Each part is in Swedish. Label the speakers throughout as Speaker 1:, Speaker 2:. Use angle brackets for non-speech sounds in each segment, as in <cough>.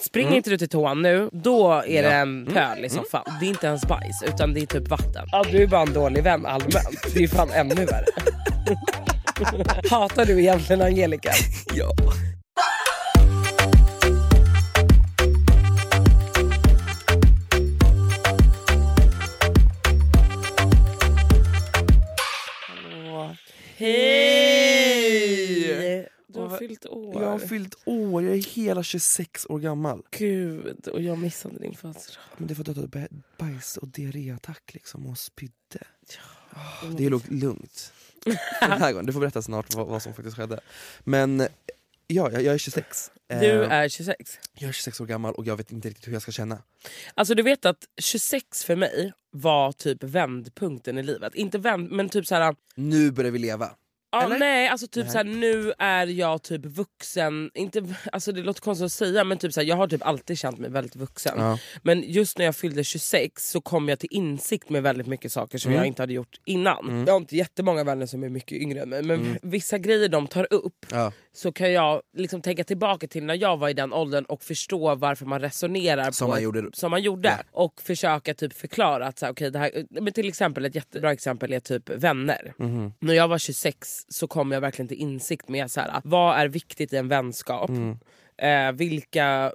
Speaker 1: Springer inte du till toan nu, då är det en pöl i soffan. Det är inte ens bajs utan det är typ vatten. Mm. Ja, du är bara en dålig vän allmänt. <laughs> Det är fan ännu värre. Hatar du egentligen <laughs> Angelica?
Speaker 2: Yo.
Speaker 1: Hej! Du har
Speaker 3: Vad-
Speaker 1: fyllt år.
Speaker 3: Jag har fyllt år, jag är hela 26 år gammal.
Speaker 1: Gud, och jag missade din födelsedag.
Speaker 3: Men det är för att jag hade baj- bajs och diarréattack liksom och spydde. Ah, det låg lugnt.
Speaker 1: <laughs>
Speaker 3: Den här gången. Du får berätta snart vad, vad som faktiskt skedde. Men eh, ja, jag, jag är 26. Eh,
Speaker 1: Du är 26.
Speaker 3: Jag är 26 år gammal och jag vet inte riktigt hur jag ska känna.
Speaker 1: Alltså du vet att 26 för mig var typ vändpunkten i livet. Inte vänd, men typ såhär...
Speaker 3: Nu börjar vi leva.
Speaker 1: Ja,
Speaker 3: Eller?
Speaker 1: nej, alltså typ
Speaker 3: Nej.
Speaker 1: såhär, nu är jag typ vuxen. Inte, alltså det låter konstigt att säga men typ såhär, jag har typ alltid känt mig väldigt vuxen.
Speaker 3: Ja.
Speaker 1: Men just när jag fyllde 26 så kom jag till insikt med väldigt mycket saker som
Speaker 3: Mm.
Speaker 1: jag inte hade gjort innan. Jag har inte jättemånga vänner som är mycket yngre än mig men vissa grejer de tar upp
Speaker 3: Mm. Ja.
Speaker 1: så kan jag liksom tänka tillbaka till när jag var i den åldern och förstå varför man resonerar
Speaker 3: Som
Speaker 1: på
Speaker 3: man
Speaker 1: ett,
Speaker 3: gjorde då.
Speaker 1: typ som man gjorde.
Speaker 3: Ja.
Speaker 1: Och försöka typ förklara att så här, okej, det här, men till exempel ett jättebra exempel är typ vänner.
Speaker 3: Mhm.
Speaker 1: När jag var 26 så kom jag verkligen till insikt med så här, vad är viktigt i en vänskap.
Speaker 3: Mm.
Speaker 1: Eh, vilka,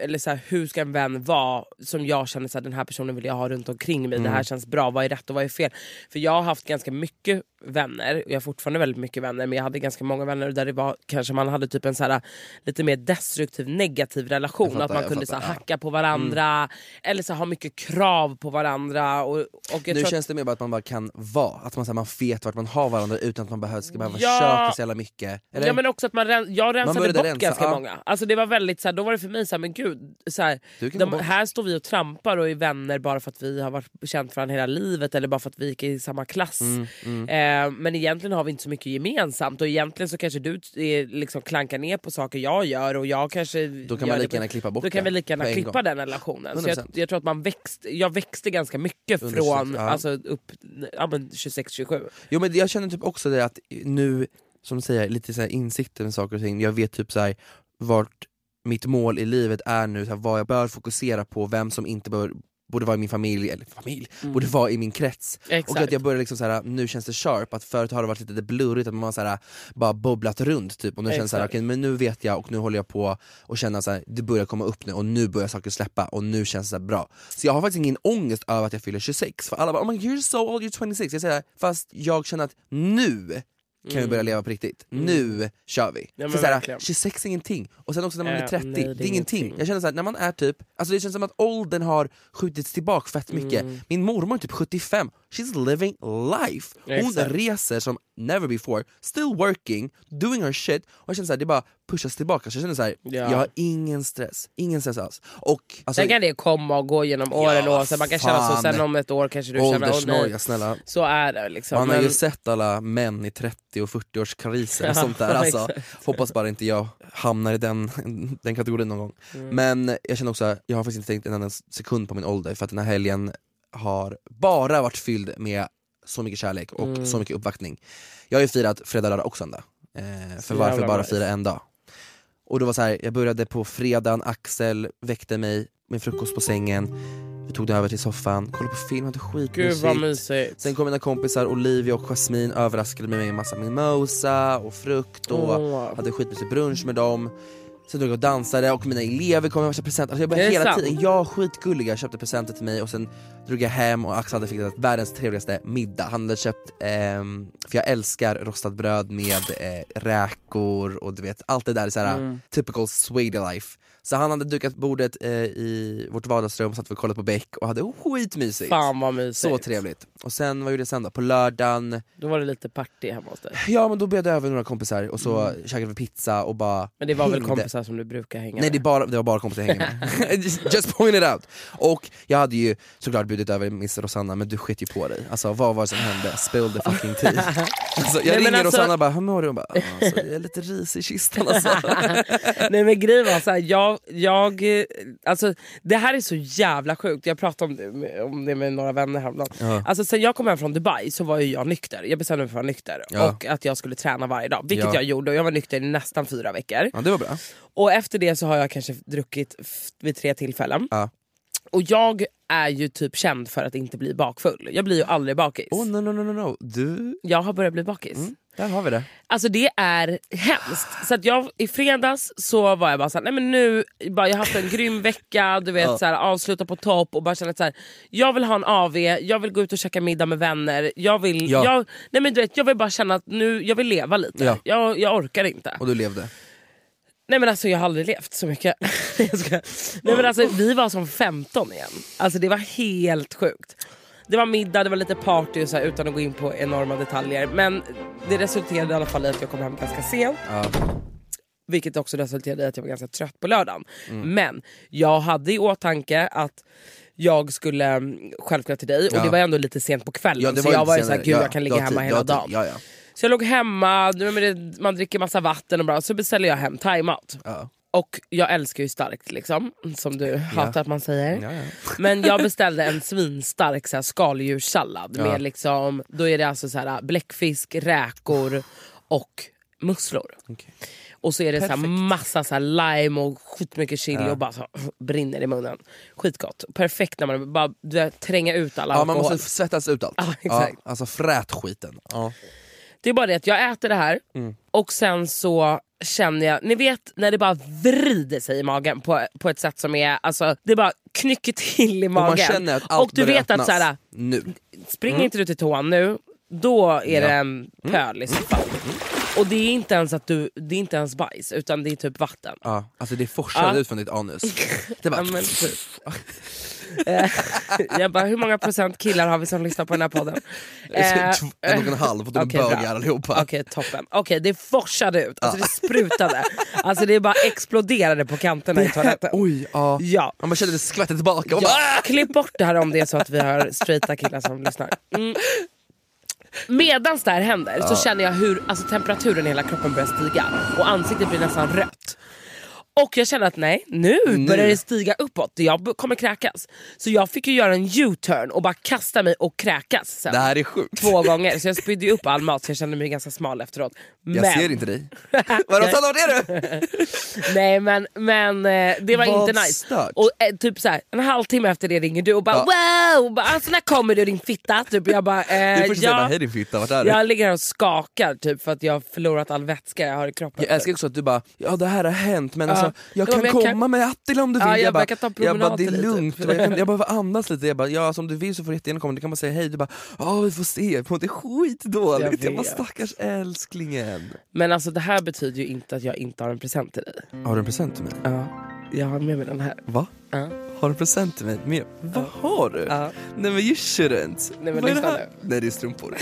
Speaker 1: eller så här, hur ska en vän vara som jag känner så här, den här personen vill jag ha runt omkring mig.
Speaker 3: Mm.
Speaker 1: Det här känns bra, vad är rätt och vad är fel? För jag har haft ganska mycket vänner, och jag har fortfarande väldigt mycket vänner men jag hade ganska många vänner där det var kanske man hade typ en så här, lite mer destruktiv negativ relation.
Speaker 3: fattar,
Speaker 1: att man
Speaker 3: jag
Speaker 1: kunde
Speaker 3: fattar,
Speaker 1: så här,
Speaker 3: ja.
Speaker 1: hacka på varandra
Speaker 3: Mm.
Speaker 1: eller så här, ha mycket krav på varandra. Och, och jag
Speaker 3: Nu
Speaker 1: tror att-
Speaker 3: känns det mer bara att man bara kan vara, att man, så här, man vet vart man har varandra utan att man behöver, ska behöva
Speaker 1: Ja.
Speaker 3: köka så jävla mycket. Eller?
Speaker 1: Ja, men också att man ren- jag rensade
Speaker 3: började
Speaker 1: bort
Speaker 3: rensa,
Speaker 1: ganska
Speaker 3: ja.
Speaker 1: många. Alltså det var väldigt så här, då var det för mig så här, men gud, så här,
Speaker 3: Du kan
Speaker 1: de,
Speaker 3: gå bort.
Speaker 1: här står vi och trampar och är vänner bara för att vi har varit känt för varandra hela livet eller bara för att vi gick i samma klass.
Speaker 3: Mm,
Speaker 1: Eh, men egentligen har vi inte så mycket gemensamt och egentligen så kanske du t- är, liksom klankar ner på saker jag gör och jag kanske...
Speaker 3: Då kan
Speaker 1: gör
Speaker 3: man
Speaker 1: det
Speaker 3: lika
Speaker 1: på-
Speaker 3: gärna klippa bort
Speaker 1: Då kan vi
Speaker 3: det
Speaker 1: lika gärna
Speaker 3: på en
Speaker 1: klippa
Speaker 3: gång.
Speaker 1: den relationen. Så jag,
Speaker 3: 100%.
Speaker 1: jag tror att man växt, jag växte ganska mycket
Speaker 3: Under 26,
Speaker 1: från
Speaker 3: ja.
Speaker 1: alltså, upp ja, men 26-27.
Speaker 3: Jo men jag känner typ också det att nu, som du säger, lite så här insikter med saker och ting, jag vet typ så här vart mitt mål i livet är nu, så här, vad jag bör fokusera på, vem som inte bör, borde vara i min familj, eller familj, borde vara i min krets.
Speaker 1: Exakt.
Speaker 3: Och att jag börjar liksom så här, nu känns det sharp, att förut har det varit lite blurrigt, att man har så här, bara bubblat runt typ, och nu känns det så här,
Speaker 1: Exakt.
Speaker 3: okej men nu vet jag och nu håller jag på och känner så här, det börjar komma upp nu och nu börjar saker släppa och nu känns det så här bra. Så jag har faktiskt ingen ångest över att jag fyller 26, för alla bara oh my, God, “you're so old, you're 26”, jag säger fast jag känner att nu kan vi börja leva på riktigt, nu kör vi.
Speaker 1: Mm. Ja, men
Speaker 3: för så här,
Speaker 1: verkligen.
Speaker 3: 26 är ingenting, och sen också när man blir
Speaker 1: Eh,
Speaker 3: 30,
Speaker 1: nej, det är
Speaker 3: det är ingenting.
Speaker 1: ingenting.
Speaker 3: Jag känner så här, när man är typ, alltså det känns som att åldern har skjutits tillbaka fett mycket.
Speaker 1: Mm.
Speaker 3: Min mormor är typ 75, she's living life. Hon
Speaker 1: Exakt.
Speaker 3: reser som never before, still working, doing her shit. Och jag känner så här, det bara pushas tillbaka. Så jag känner så här,
Speaker 1: Ja.
Speaker 3: jag har ingen stress, ingen stress alls. Och alltså,
Speaker 1: Sen kan det komma och gå genom åren
Speaker 3: Ja,
Speaker 1: och sen man kan känna så
Speaker 3: fan.
Speaker 1: sen om ett år kanske du känner åh nej.
Speaker 3: åldersnoja snälla.
Speaker 1: Så är det liksom.
Speaker 3: Man har ju
Speaker 1: Men-
Speaker 3: sett alla män i 30 och 40 års kariser
Speaker 1: Ja,
Speaker 3: och sånt
Speaker 1: <laughs>
Speaker 3: där. Alltså,
Speaker 1: exakt.
Speaker 3: hoppas bara inte jag hamnar i den, <laughs> den kategorin någon gång.
Speaker 1: Mm.
Speaker 3: Men jag känner också, jag har faktiskt inte tänkt en enda sekund på min ålder för att den här helgen har bara varit fylld med så mycket kärlek och
Speaker 1: Mm.
Speaker 3: så mycket uppvaktning. Jag har ju firat fredag, lördag och söndag. Eh, för varför
Speaker 1: jävla
Speaker 3: bara
Speaker 1: nice.
Speaker 3: fira en dag? Och det var så här, jag började på fredagen, Axel väckte mig med frukost på sängen, vi tog det över till soffan, kollade på film, hade
Speaker 1: Gud vad
Speaker 3: skitmysigt.
Speaker 1: mysigt.
Speaker 3: Sen kom mina kompisar Olivia och Jasmine överraskade mig med en massa mimosa och frukt och
Speaker 1: Åh.
Speaker 3: hade skitmysig brunch med dem. Sen drog jag och dansade och mina elever kom med massa presenter. Alltså jag bara
Speaker 1: Det är
Speaker 3: hela
Speaker 1: sant.
Speaker 3: tiden, jag skitgulliga köpte presenter till mig och sen drog jag hem och Axel hade fixat världens trevligaste middag. Han hade köpt, ehm, för jag älskar rostat bröd med eh, räkor och du vet allt det där, såhär,
Speaker 1: Mm.
Speaker 3: typical Swede life. Så han hade dukat bordet eh, i vårt vardagsrum, satt vi och kollade på Beck och hade skitmysigt.
Speaker 1: Fan vad mysigt.
Speaker 3: Så trevligt. Och sen, vad gjorde jag sen då? På lördagen,
Speaker 1: Då var det lite party hemma hos dig.
Speaker 3: ja men då bjöd jag över några kompisar och så käkade vi pizza och bara
Speaker 1: Mm. Men det var väl
Speaker 3: hängde.
Speaker 1: kompisar som du brukar hänga
Speaker 3: Nej det, är
Speaker 1: med?
Speaker 3: bara, det var bara kompisar jag hängde med.
Speaker 1: <laughs>
Speaker 3: Just- <laughs> Just point it out! Och jag hade ju såklart bjudit över Miss Rosanna men du sket ju på dig. Alltså vad var det som hände? Spill the fucking tea.
Speaker 1: <laughs>
Speaker 3: Alltså, jag
Speaker 1: men
Speaker 3: ringer
Speaker 1: alltså-
Speaker 3: Rosanna och bara, hur mår du? Hon bara, alltså, jag är lite risig i kistan
Speaker 1: <laughs>
Speaker 3: alltså.
Speaker 1: Nej men grejen var såhär, jag, jag, eh, alltså, det här är så jävla sjukt. Jag pratade om det med, om det med några vänner häromdagen. Alltså, sen jag kom hem från Dubai så var ju jag nykter. Jag bestämde mig för att vara nykter
Speaker 3: Ja.
Speaker 1: och att jag skulle träna varje dag. Vilket
Speaker 3: Ja.
Speaker 1: jag gjorde och jag var nykter i nästan fyra veckor.
Speaker 3: Ja det var bra.
Speaker 1: Och efter det så har jag kanske druckit f- vid tre tillfällen.
Speaker 3: Ja.
Speaker 1: Och jag är ju typ känd för att inte bli bakfull. Jag blir ju aldrig bakis.
Speaker 3: Oh no no no no no, du,
Speaker 1: Jag har börjat bli bakis.
Speaker 3: där har vi det.
Speaker 1: Alltså det är hemskt. Så att jag, I fredags så var jag bara såhär, nej men nu, bara, jag har haft en grym vecka, du vet så här, avsluta på topp och bara känna att så här, jag vill ha en AV, jag vill gå ut och käka middag med vänner, jag vill,
Speaker 3: Ja.
Speaker 1: jag, nej men du vet, jag vill bara känna att nu, jag vill leva lite.
Speaker 3: Ja.
Speaker 1: Jag, jag orkar inte.
Speaker 3: Och du levde.
Speaker 1: Nej men alltså jag har aldrig levt så mycket. <laughs> Nej, jag skojar. Nej men alltså vi var som 15 igen. Alltså det var helt sjukt. Det var middag, det var lite party och så här, utan att gå in på enorma detaljer. Men det resulterade i alla fall i att jag kom hem ganska sent. Vilket också resulterade i att jag var ganska trött på lördagen. Men jag hade i åtanke att jag skulle mm, självklart till dig och
Speaker 3: Ja.
Speaker 1: det var ändå lite sent på kvällen.
Speaker 3: Ja, det
Speaker 1: så
Speaker 3: ju
Speaker 1: jag
Speaker 3: lite
Speaker 1: var ju
Speaker 3: senare.
Speaker 1: såhär, gud
Speaker 3: Ja,
Speaker 1: jag kan ligga
Speaker 3: du har
Speaker 1: hemma
Speaker 3: tid,
Speaker 1: hela
Speaker 3: du har
Speaker 1: dagen.
Speaker 3: tid. Ja, ja.
Speaker 1: Så jag låg hemma, du vet, men det- man dricker massa vatten och bra, så beställer jag hem timeout.
Speaker 3: Ja.
Speaker 1: Och jag älskar ju starkt liksom, som du hatar att man säger.
Speaker 3: Ja, ja.
Speaker 1: Men jag beställde en svinstark så här, skaldjurssallad med liksom, då är det alltså så här, bläckfisk, räkor och musslor.
Speaker 3: Okej.
Speaker 1: Och så är det så här, massa så här, lime och skitmycket chili och bara så, brinner i munnen. Skitgott. Perfekt när man bara du vet, tränga ut all
Speaker 3: Ja
Speaker 1: alkohol.
Speaker 3: man måste svettas ut allt.
Speaker 1: <laughs> Ja, exakt.
Speaker 3: alltså frät skiten. Ja.
Speaker 1: Det är bara det att jag äter det här
Speaker 3: Mm.
Speaker 1: och sen så känner jag, ni vet när det bara vrider sig i magen på, på ett sätt som är, alltså det bara knycker till i
Speaker 3: Och man
Speaker 1: magen.
Speaker 3: känner att allt
Speaker 1: och du
Speaker 3: börjar Mm.
Speaker 1: vet att
Speaker 3: öppnas.
Speaker 1: så här,
Speaker 3: nu.
Speaker 1: springer inte du till toan nu, då är det en
Speaker 3: Mm.
Speaker 1: pöl i så fall. Och det är inte ens att du, det är inte ens bajs utan det är typ vatten.
Speaker 3: Ja, alltså det forsade
Speaker 1: Ja.
Speaker 3: ut från ditt anus. Det bara,
Speaker 1: Ja, men typ. Eh, <laughs> jag bara, hur många procent killar har vi som lyssnar på den här podden? Eh,
Speaker 3: Tv- en och en halv, och de är
Speaker 1: <laughs> okej,
Speaker 3: bögar
Speaker 1: bra.
Speaker 3: allihopa.
Speaker 1: Okej, toppen. Okej, det forsade ut. Alltså det sprutade. Alltså det bara exploderade på kanterna i toaletten.
Speaker 3: <laughs> Oj, ja.
Speaker 1: Ja.
Speaker 3: Ja, Man kände det skvätta tillbaka. Man bara, "Ah!"
Speaker 1: ja. Klipp bort det här om det är så att vi har straighta killar som lyssnar. Mm. Medan det här händer så känner jag hur alltså, temperaturen i hela kroppen börjar stiga och ansiktet blir nästan rött. Och jag känner att nej, nu, börjar det stiga uppåt. Jag b- kommer kräkas. Så jag fick ju göra en U-turn och bara kasta mig och kräkas sen.
Speaker 3: det här är sjukt.
Speaker 1: Två gånger. Så jag spydde ju upp all mat så jag kände mig ganska smal efteråt. Men,
Speaker 3: Jag ser inte
Speaker 1: <laughs>
Speaker 3: dig. Vadå, tala om det du!
Speaker 1: Nej men, men eh, det var
Speaker 3: Vad
Speaker 1: inte nice.
Speaker 3: stört.
Speaker 1: Och eh, typ så här, en halvtimme efter det ringer du och bara wow, och bara, alltså när kommer du din fitta? Typ, jag bara,
Speaker 3: Det
Speaker 1: eh,
Speaker 3: är först jag bara,
Speaker 1: ja,
Speaker 3: hej din fitta, vart är du?
Speaker 1: jag ligger här och skakar typ för att jag har förlorat all vätska jag har i kroppen.
Speaker 3: Jag älskar också att du bara, ja det här har hänt men
Speaker 1: Ja.
Speaker 3: alltså, jag
Speaker 1: Ja,
Speaker 3: kan
Speaker 1: men jag
Speaker 3: komma
Speaker 1: kan-
Speaker 3: med Attila om du vill.
Speaker 1: Ja, jag bara,
Speaker 3: bara,
Speaker 1: jag kan ta en
Speaker 3: jag bara,
Speaker 1: promenad
Speaker 3: det är
Speaker 1: till dig,
Speaker 3: lugnt,
Speaker 1: typ.
Speaker 3: jag, kan,
Speaker 1: <laughs>
Speaker 3: jag behöver andas lite. Jag bara, ja alltså, om du vill så får du jättegärna komma, du kan bara säga hej. Du bara, ja vi får se, jag mår inte skitdåligt. Jag,
Speaker 1: Jag
Speaker 3: bara,
Speaker 1: vet.
Speaker 3: stackars älsklingen.
Speaker 1: Men alltså det här betyder ju inte att jag inte har en present till dig.
Speaker 3: Har du en present till mig?
Speaker 1: Ja, jag har med mig den här.
Speaker 3: Va?
Speaker 1: Ja.
Speaker 3: Har du en present till mig? Men, vad har du?
Speaker 1: Ja.
Speaker 3: Nej men you shouldn't.
Speaker 1: Nej, men
Speaker 3: Vad är det
Speaker 1: lyssna
Speaker 3: här? Nej det är
Speaker 1: <laughs>
Speaker 3: strumpor.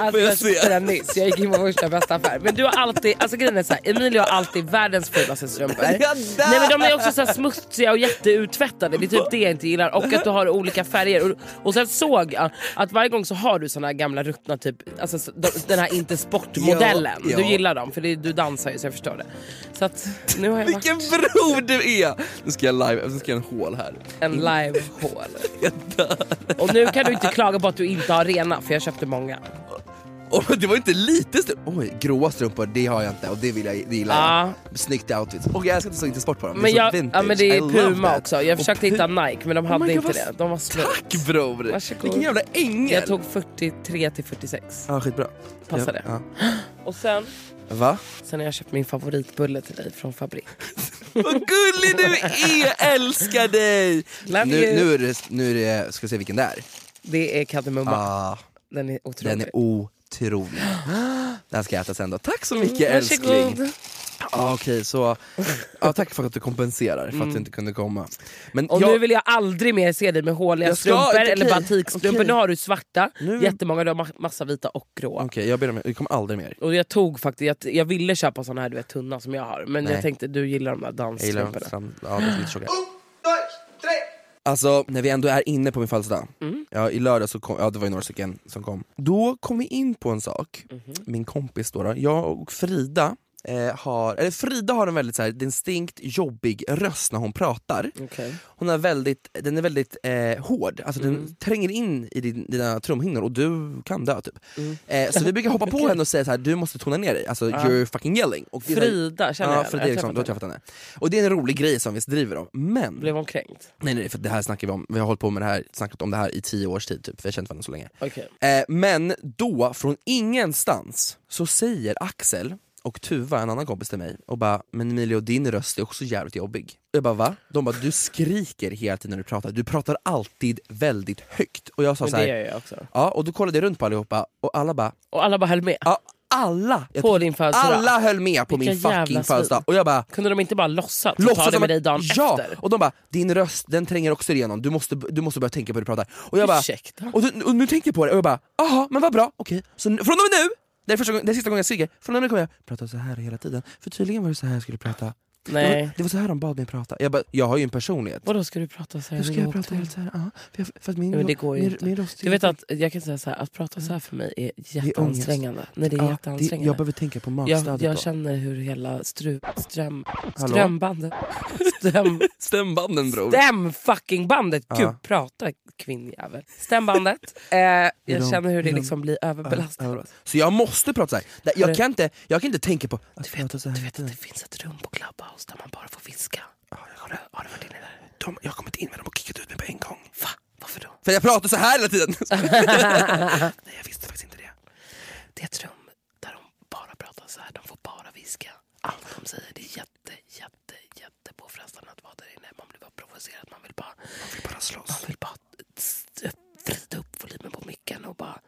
Speaker 1: Alltså,
Speaker 3: jag
Speaker 1: jag
Speaker 3: se?
Speaker 1: köpte den nyss, jag gick in på första bästa affär. Men du har alltid, alltså grejen är såhär, Emilio har alltid världens fulaste strumpor.
Speaker 3: Ja, där!
Speaker 1: Nej men de är också så här smutsiga och jätteuttvättade, det är typ det jag inte gillar. Och att du har olika färger. Och, och sen såg jag att varje gång så har du såna här gamla ruttna, typ, alltså, s- de- den här inte sportmodellen.
Speaker 3: Ja, ja.
Speaker 1: Du gillar dem, för det, du dansar ju så jag förstår det. Så att nu har jag varit
Speaker 3: Vilken bror du är! Nu ska jag live, nu ska jag göra en hål här.
Speaker 1: en live hall.
Speaker 3: <laughs>
Speaker 1: Och nu kan du inte klaga på att du inte har rena för jag köpte många.
Speaker 3: Och det var inte lite strumpor. Oj, gråa strumpor, det har jag inte och det, vill jag, det gillar
Speaker 1: Ja.
Speaker 3: jag. Snyggt outfits. Och jag älskar att det står inte sport på dem.
Speaker 1: Men,
Speaker 3: det är så
Speaker 1: jag,
Speaker 3: vintage.
Speaker 1: ja, men det
Speaker 3: I
Speaker 1: är
Speaker 3: love
Speaker 1: Puma
Speaker 3: that.
Speaker 1: också. Jag
Speaker 3: Och
Speaker 1: försökte
Speaker 3: Pu-
Speaker 1: hitta Nike men de hade
Speaker 3: my God,
Speaker 1: inte
Speaker 3: vad
Speaker 1: det. De var slut.
Speaker 3: Tack bror!
Speaker 1: Varsågod.
Speaker 3: Vilken jävla ängel!
Speaker 1: Jag tog 43 till 46.
Speaker 3: Ja, skitbra.
Speaker 1: Passar det?
Speaker 3: Ja.
Speaker 1: Och sen,
Speaker 3: Ja. Va?
Speaker 1: sen har jag köpt min favoritbulle till dig från Fabrik.
Speaker 3: Vad gullig du är! Älskar dig!
Speaker 1: Love
Speaker 3: Nu,
Speaker 1: you.
Speaker 3: nu är det, nu är det, ska vi se vilken det är.
Speaker 1: Det är kardemumma.
Speaker 3: Ah,
Speaker 1: Den är
Speaker 3: den
Speaker 1: otrolig.
Speaker 3: är otrolig. Den ska jag äta sen då. Tack så mycket älskling.
Speaker 1: Varsågod.
Speaker 3: Ah, Okej, så ah, tack för att du kompenserar för att du inte kunde komma. Men
Speaker 1: Och
Speaker 3: jag,
Speaker 1: nu vill jag aldrig mer se dig med håliga
Speaker 3: Jag ska-
Speaker 1: strumpor
Speaker 3: okej,
Speaker 1: eller batikstrumpor.
Speaker 3: okej.
Speaker 1: Nu har du svarta,
Speaker 3: Nu-
Speaker 1: jättemånga, du har ma- massa vita och grå.
Speaker 3: Okej, jag ber om jag kommer aldrig mer.
Speaker 1: Och jag tog faktiskt, jag, jag ville köpa såna här du vet, tunna som jag har. Men
Speaker 3: Nej.
Speaker 1: jag tänkte du gillar de där
Speaker 3: Jag gillar de
Speaker 1: dansstrumporna.
Speaker 3: fram, ja, de är lite tjocka. Alltså när vi ändå är inne på min födelsedag,
Speaker 1: Mm.
Speaker 3: ja, i lördag så kom, ja, det var ju några stycken som kom. Då kom vi in på en sak,
Speaker 1: Mhm.
Speaker 3: min kompis då, då jag och Frida eh, har, eller Frida har en väldigt så här, distinkt jobbig röst när hon pratar.
Speaker 1: Okej. Mm.
Speaker 3: Hon är väldigt, den är väldigt eh, hård, alltså den tränger in i din, dina trumhinnor och du kan dö typ.
Speaker 1: Mm.
Speaker 3: Eh, så vi brukar hoppa
Speaker 1: <laughs>
Speaker 3: på henne och säga så här: du måste tona ner dig, alltså you're fucking yelling. Och det är så här-
Speaker 1: Frida, känner
Speaker 3: Ja,
Speaker 1: jag
Speaker 3: Frida
Speaker 1: henne?
Speaker 3: Eriksson, du har
Speaker 1: jag träffat
Speaker 3: träffat henne. Och det är en rolig grej som vi driver om, men
Speaker 1: Blev hon kränkt?
Speaker 3: Nej nej, för det här snackar vi om, vi har hållit på med det här, snackat om det här i tio års tid typ, för jag har känt varandra så länge.
Speaker 1: Okej.
Speaker 3: Eh, men då, från ingenstans, så säger Axel och Tuva, en annan kompis till mig, och bara “men Emilio din röst är också jävligt jobbig”. Och jag bara “va?” De bara “du skriker hela tiden när du pratar, du pratar alltid väldigt högt”. Och jag sa
Speaker 1: Men
Speaker 3: så
Speaker 1: det
Speaker 3: här,
Speaker 1: gör jag också.
Speaker 3: ja, och då kollade jag runt på allihopa och alla bara
Speaker 1: Och alla bara höll med.
Speaker 3: ja, alla, jag
Speaker 1: På
Speaker 3: tror-
Speaker 1: din födelsedag.
Speaker 3: alla höll med på min
Speaker 1: Vilka jävla
Speaker 3: fucking
Speaker 1: svin.
Speaker 3: födelsedag. Och jag bara
Speaker 1: Kunde de inte bara låtsas och
Speaker 3: Låtsas
Speaker 1: ta det
Speaker 3: som
Speaker 1: med
Speaker 3: att-
Speaker 1: dig dagen
Speaker 3: ja,
Speaker 1: efter?
Speaker 3: och de bara “din röst den tränger också igenom, du måste, du måste börja tänka på hur du pratar”. Och jag bara,
Speaker 1: Ursäkta?
Speaker 3: och, du, och nu tänker jag på det och jag bara “aha, men vad bra, okej”. Så n- från och med nu, det är, första gången, det är sista gången jag skriker, från och med nu kommer jag prata så här hela tiden. För tydligen var det så här jag skulle prata. Det, var,
Speaker 1: Nej.
Speaker 3: det var så här de bad mig prata. Jag bara, jag har ju en personlighet.
Speaker 1: Vadå ska du prata så här?
Speaker 3: Hur ska jag prata helt så här? Ja, för, jag, för att min,
Speaker 1: Ja, men det går ju
Speaker 3: min,
Speaker 1: inte.
Speaker 3: min röst är
Speaker 1: Du vet
Speaker 3: jätte-
Speaker 1: att jag kan säga så här, att prata så här för mig är
Speaker 3: ångest.
Speaker 1: jätteansträngande. Nej, det är
Speaker 3: ja, det,
Speaker 1: jätteansträngande.
Speaker 3: jag behöver tänka på magstödet
Speaker 1: jag,
Speaker 3: då.
Speaker 1: jag känner hur hela stru, ström,
Speaker 3: Hallå?
Speaker 1: strömbandet... Ström,
Speaker 3: Stämbanden bror.
Speaker 1: stäm fucking bandet!
Speaker 3: Ja.
Speaker 1: Gud, prata kvinnjävel.
Speaker 3: <laughs>
Speaker 1: Stämbandet. Eh, jag
Speaker 3: de-
Speaker 1: känner hur det
Speaker 3: i de-
Speaker 1: liksom blir överbelastat.
Speaker 3: Ja, Så jag måste prata så här. Där- Jag
Speaker 1: Hörru.
Speaker 3: kan inte, jag kan inte tänka på att prata så här
Speaker 1: Du
Speaker 3: hela
Speaker 1: vet
Speaker 3: tiden.
Speaker 1: att det finns ett rum på Clubhouse där man bara får viska? Har du, har du varit inne där?
Speaker 3: De, jag har kommit in men de har kickat ut mig på en gång.
Speaker 1: Va? Varför då?
Speaker 3: För jag pratar så här hela
Speaker 1: <laughs>
Speaker 3: tiden! Nej jag visste faktiskt inte det.
Speaker 1: Det är ett rum där de bara pratar så här. De får bara viska. Allt de säger. Det är jätte, jätte, jätte påfrestande att vara där inne. Man blir bara provocerad. Man vill bara... Man vill bara slåss. Man vill bara s- vrida upp volymen på micken och bara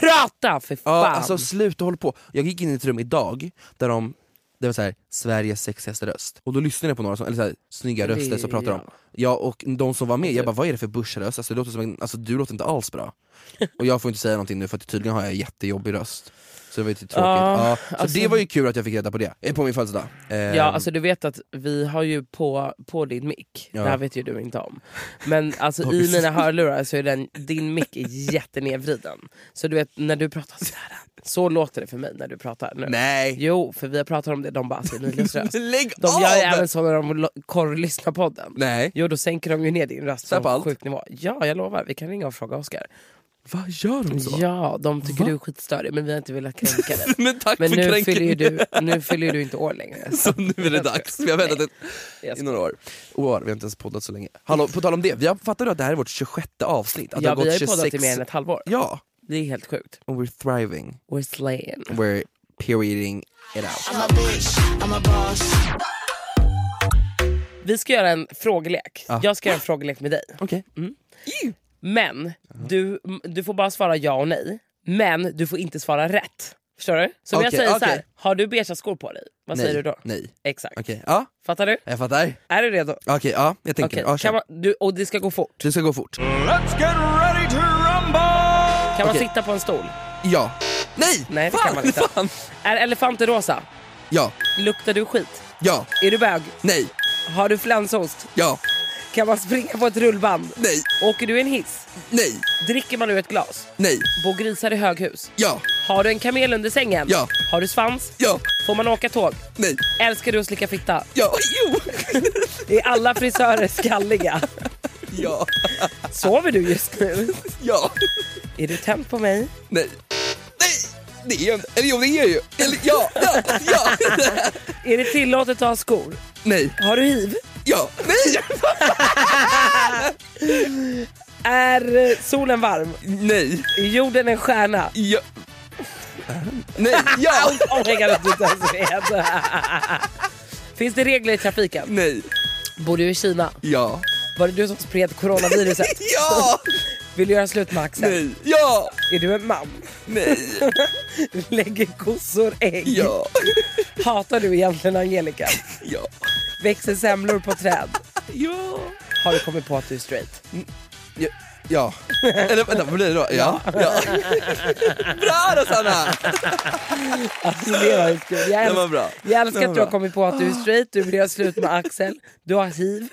Speaker 1: prata för fan!
Speaker 3: Ja, alltså sluta hålla på. Jag gick in i ett rum idag där de, det var så här, Sveriges sexigaste röst. Och då lyssnade jag på några som, eller så här, snygga
Speaker 1: Det-
Speaker 3: röster som pratar om.
Speaker 1: ja.
Speaker 3: Ja och de som var med, jag bara vad är det för börsröst? Alltså, det låter som en, alltså du låter inte alls
Speaker 1: <laughs>
Speaker 3: bra. och jag får inte säga någonting nu för att tydligen har jag en jättejobbig röst. Så det var ju lite tråkigt.
Speaker 1: Ja,
Speaker 3: Ja, så
Speaker 1: alltså-
Speaker 3: det var ju kul att jag fick reda på det, Eh, på min födelsedag. Ehm,
Speaker 1: Ja, alltså du vet att vi har ju på, på din mick,
Speaker 3: Ja.
Speaker 1: det här vet ju du inte om. Men
Speaker 3: <laughs>
Speaker 1: alltså i
Speaker 3: Obviously.
Speaker 1: mina hörlurar så är den, din mick är jättenedvriden. Så du vet när du pratar sådär, så låter det för mig när du pratar nu.
Speaker 3: Nej!
Speaker 1: Jo, för vi har pratat om det, de bara alltså Emilias
Speaker 3: <laughs>
Speaker 1: röst.
Speaker 3: Lägg
Speaker 1: De
Speaker 3: av!
Speaker 1: gör ju även så när de lo- korrlyssnar podden.
Speaker 3: Nej.
Speaker 1: Jo då sänker de ju ner din röst
Speaker 3: Så här på
Speaker 1: på
Speaker 3: allt?
Speaker 1: sjuk nivå. Ja jag lovar, vi kan ringa och fråga Oscar.
Speaker 3: Vad gör de så?
Speaker 1: Ja, de tycker du är skitstörig men vi har inte velat kränka dig.
Speaker 3: <laughs> Men tack
Speaker 1: Men
Speaker 3: för
Speaker 1: nu
Speaker 3: kränkningen.
Speaker 1: fyller, ju du, nu fyller ju du inte år
Speaker 3: <laughs>
Speaker 1: längre.
Speaker 3: Så nu är det
Speaker 1: Jag skojar.
Speaker 3: dags, vi har väntat
Speaker 1: Nej,
Speaker 3: ett, i några år. år. Vi har inte ens poddat så länge. Hallå, på tal om det, vi har, fattar du att det här är vårt 26 avsnitt? Att det
Speaker 1: Ja, vi har ju
Speaker 3: gått
Speaker 1: poddat i mer än ett halvår.
Speaker 3: Ja,
Speaker 1: Det är helt sjukt.
Speaker 3: och we're thriving.
Speaker 1: We're slaying.
Speaker 3: We're perioding it out. Ah,
Speaker 1: Vi ska göra en frågelek. Jag ska göra en frågelek med dig.
Speaker 3: Okej. Mm,
Speaker 1: Men du, du får bara svara ja och nej. Men du får inte svara rätt. Förstår du? Så om jag
Speaker 3: Okej,
Speaker 1: säger så
Speaker 3: okej.
Speaker 1: här, har du beiga skor på dig? Vad
Speaker 3: Nej,
Speaker 1: säger du då?
Speaker 3: nej.
Speaker 1: Exakt.
Speaker 3: Okej, ja.
Speaker 1: Fattar du?
Speaker 3: Jag fattar.
Speaker 1: Är du redo?
Speaker 3: Okej, ja. Jag tänker.
Speaker 1: Okej,
Speaker 3: Ja, kör.
Speaker 1: kan man, du, och det ska gå fort.
Speaker 3: Du ska gå fort.
Speaker 1: Kan man
Speaker 3: Okej.
Speaker 1: sitta på en stol?
Speaker 3: Ja. Nej!
Speaker 1: Nej, det
Speaker 3: fan,
Speaker 1: kan man inte.
Speaker 3: Fan.
Speaker 1: Är elefanter rosa?
Speaker 3: Ja.
Speaker 1: Luktar du skit?
Speaker 3: Ja.
Speaker 1: Är du bög?
Speaker 3: Nej.
Speaker 1: Har du flensost?
Speaker 3: Ja.
Speaker 1: Kan man springa på ett rullband?
Speaker 3: Nej.
Speaker 1: Åker du i en hiss?
Speaker 3: Nej.
Speaker 1: Dricker man ur ett glas?
Speaker 3: Nej.
Speaker 1: Bor grisar i höghus?
Speaker 3: Ja.
Speaker 1: Har du en kamel under sängen?
Speaker 3: Ja.
Speaker 1: Har du svans?
Speaker 3: Ja,
Speaker 1: Får man åka tåg?
Speaker 3: nej,
Speaker 1: Älskar du att slicka fitta?
Speaker 3: ja, jo, <laughs>
Speaker 1: Är alla frisörer skalliga?
Speaker 3: ja,
Speaker 1: Sover du just nu?
Speaker 3: ja,
Speaker 1: Är du tänd på mig?
Speaker 3: nej, nej, det är jag inte. Eller jo, det är jag ju. Eller ja, ja, ja,
Speaker 1: Är det tillåtet att ha skor?
Speaker 3: nej,
Speaker 1: Har du hiv?
Speaker 3: ja, nej,
Speaker 1: Är eh, solen varm?
Speaker 3: nej,
Speaker 1: Är jorden en stjärna?
Speaker 3: ja, nej, ja,
Speaker 1: Oh my God, du inte ens vet. Finns det regler i trafiken?
Speaker 3: nej,
Speaker 1: Bor du i Kina?
Speaker 3: ja,
Speaker 1: Var det du som spred coronaviruset?
Speaker 3: ja,
Speaker 1: Vill du göra slut med Axel?
Speaker 3: nej, ja,
Speaker 1: Är du en man?
Speaker 3: nej,
Speaker 1: <laughs> Lägger kossor ägg?
Speaker 3: ja,
Speaker 1: Hatar du egentligen Angelica?
Speaker 3: ja,
Speaker 1: Växer semlor på träd?
Speaker 3: ja.
Speaker 1: Har du kommit på att du är straight?
Speaker 3: Ja. ja. Eller vänta, vad blir det då? Ja. ja. Bra då Sanna!
Speaker 1: Alltså, det var ju kul. Jag,
Speaker 3: Den
Speaker 1: älsk-
Speaker 3: var bra.
Speaker 1: jag älskar
Speaker 3: Den
Speaker 1: att du
Speaker 3: var bra.
Speaker 1: har kommit på att du är straight, du vill göra slut med Axel, du har hiv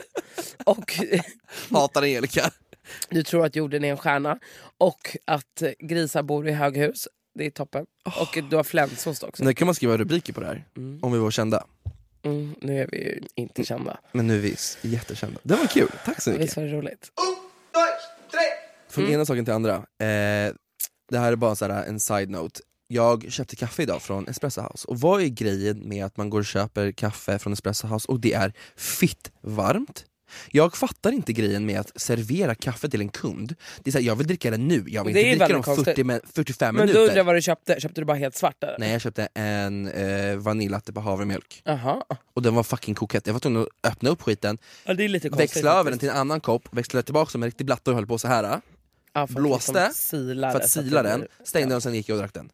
Speaker 1: och <laughs>
Speaker 3: Hatar Angelica.
Speaker 1: du tror att jorden är en stjärna och att eh, grisar bor i höghus. Det är toppen. Och du har flänshost också.
Speaker 3: Nu kan man skriva rubriker på det här, om vi var kända.
Speaker 1: Mm, nu är vi ju inte kända.
Speaker 3: Men nu är vi s- jättekända. Det var kul, tack så mycket.
Speaker 1: Visst var det roligt?
Speaker 3: Från
Speaker 1: Mm.
Speaker 3: ena saken till andra. Eh, det här är bara så här en side-note. Jag köpte kaffe idag från Espresso House. Och vad är grejen med att man går och köper kaffe från Espresso House och det är fitt varmt? Jag fattar inte grejen med att servera kaffe till en kund. Det är så här, jag vill dricka det nu, jag vill
Speaker 1: Det är
Speaker 3: inte dricka det
Speaker 1: väldigt
Speaker 3: om 40,
Speaker 1: konstigt.
Speaker 3: men 45
Speaker 1: Men då
Speaker 3: minuter.
Speaker 1: undrar jag vad du köpte. Köpte du bara helt svart? Där?
Speaker 3: Nej jag köpte en eh, vaniljlatte på havremjölk.
Speaker 1: Jaha.
Speaker 3: Och den var fucking kokett. Jag var tvungen att öppna upp skiten,
Speaker 1: Ja, det är lite konstigt.
Speaker 3: växla över den
Speaker 1: faktiskt.
Speaker 3: till en annan kopp, växla tillbaka som en riktig blatte och höll på så här.
Speaker 1: Ja, för att
Speaker 3: blåste,
Speaker 1: liksom sila
Speaker 3: för
Speaker 1: det
Speaker 3: att
Speaker 1: så
Speaker 3: sila
Speaker 1: det
Speaker 3: den,
Speaker 1: blir-
Speaker 3: stängde
Speaker 1: Ja.
Speaker 3: den och sen gick jag och drack den.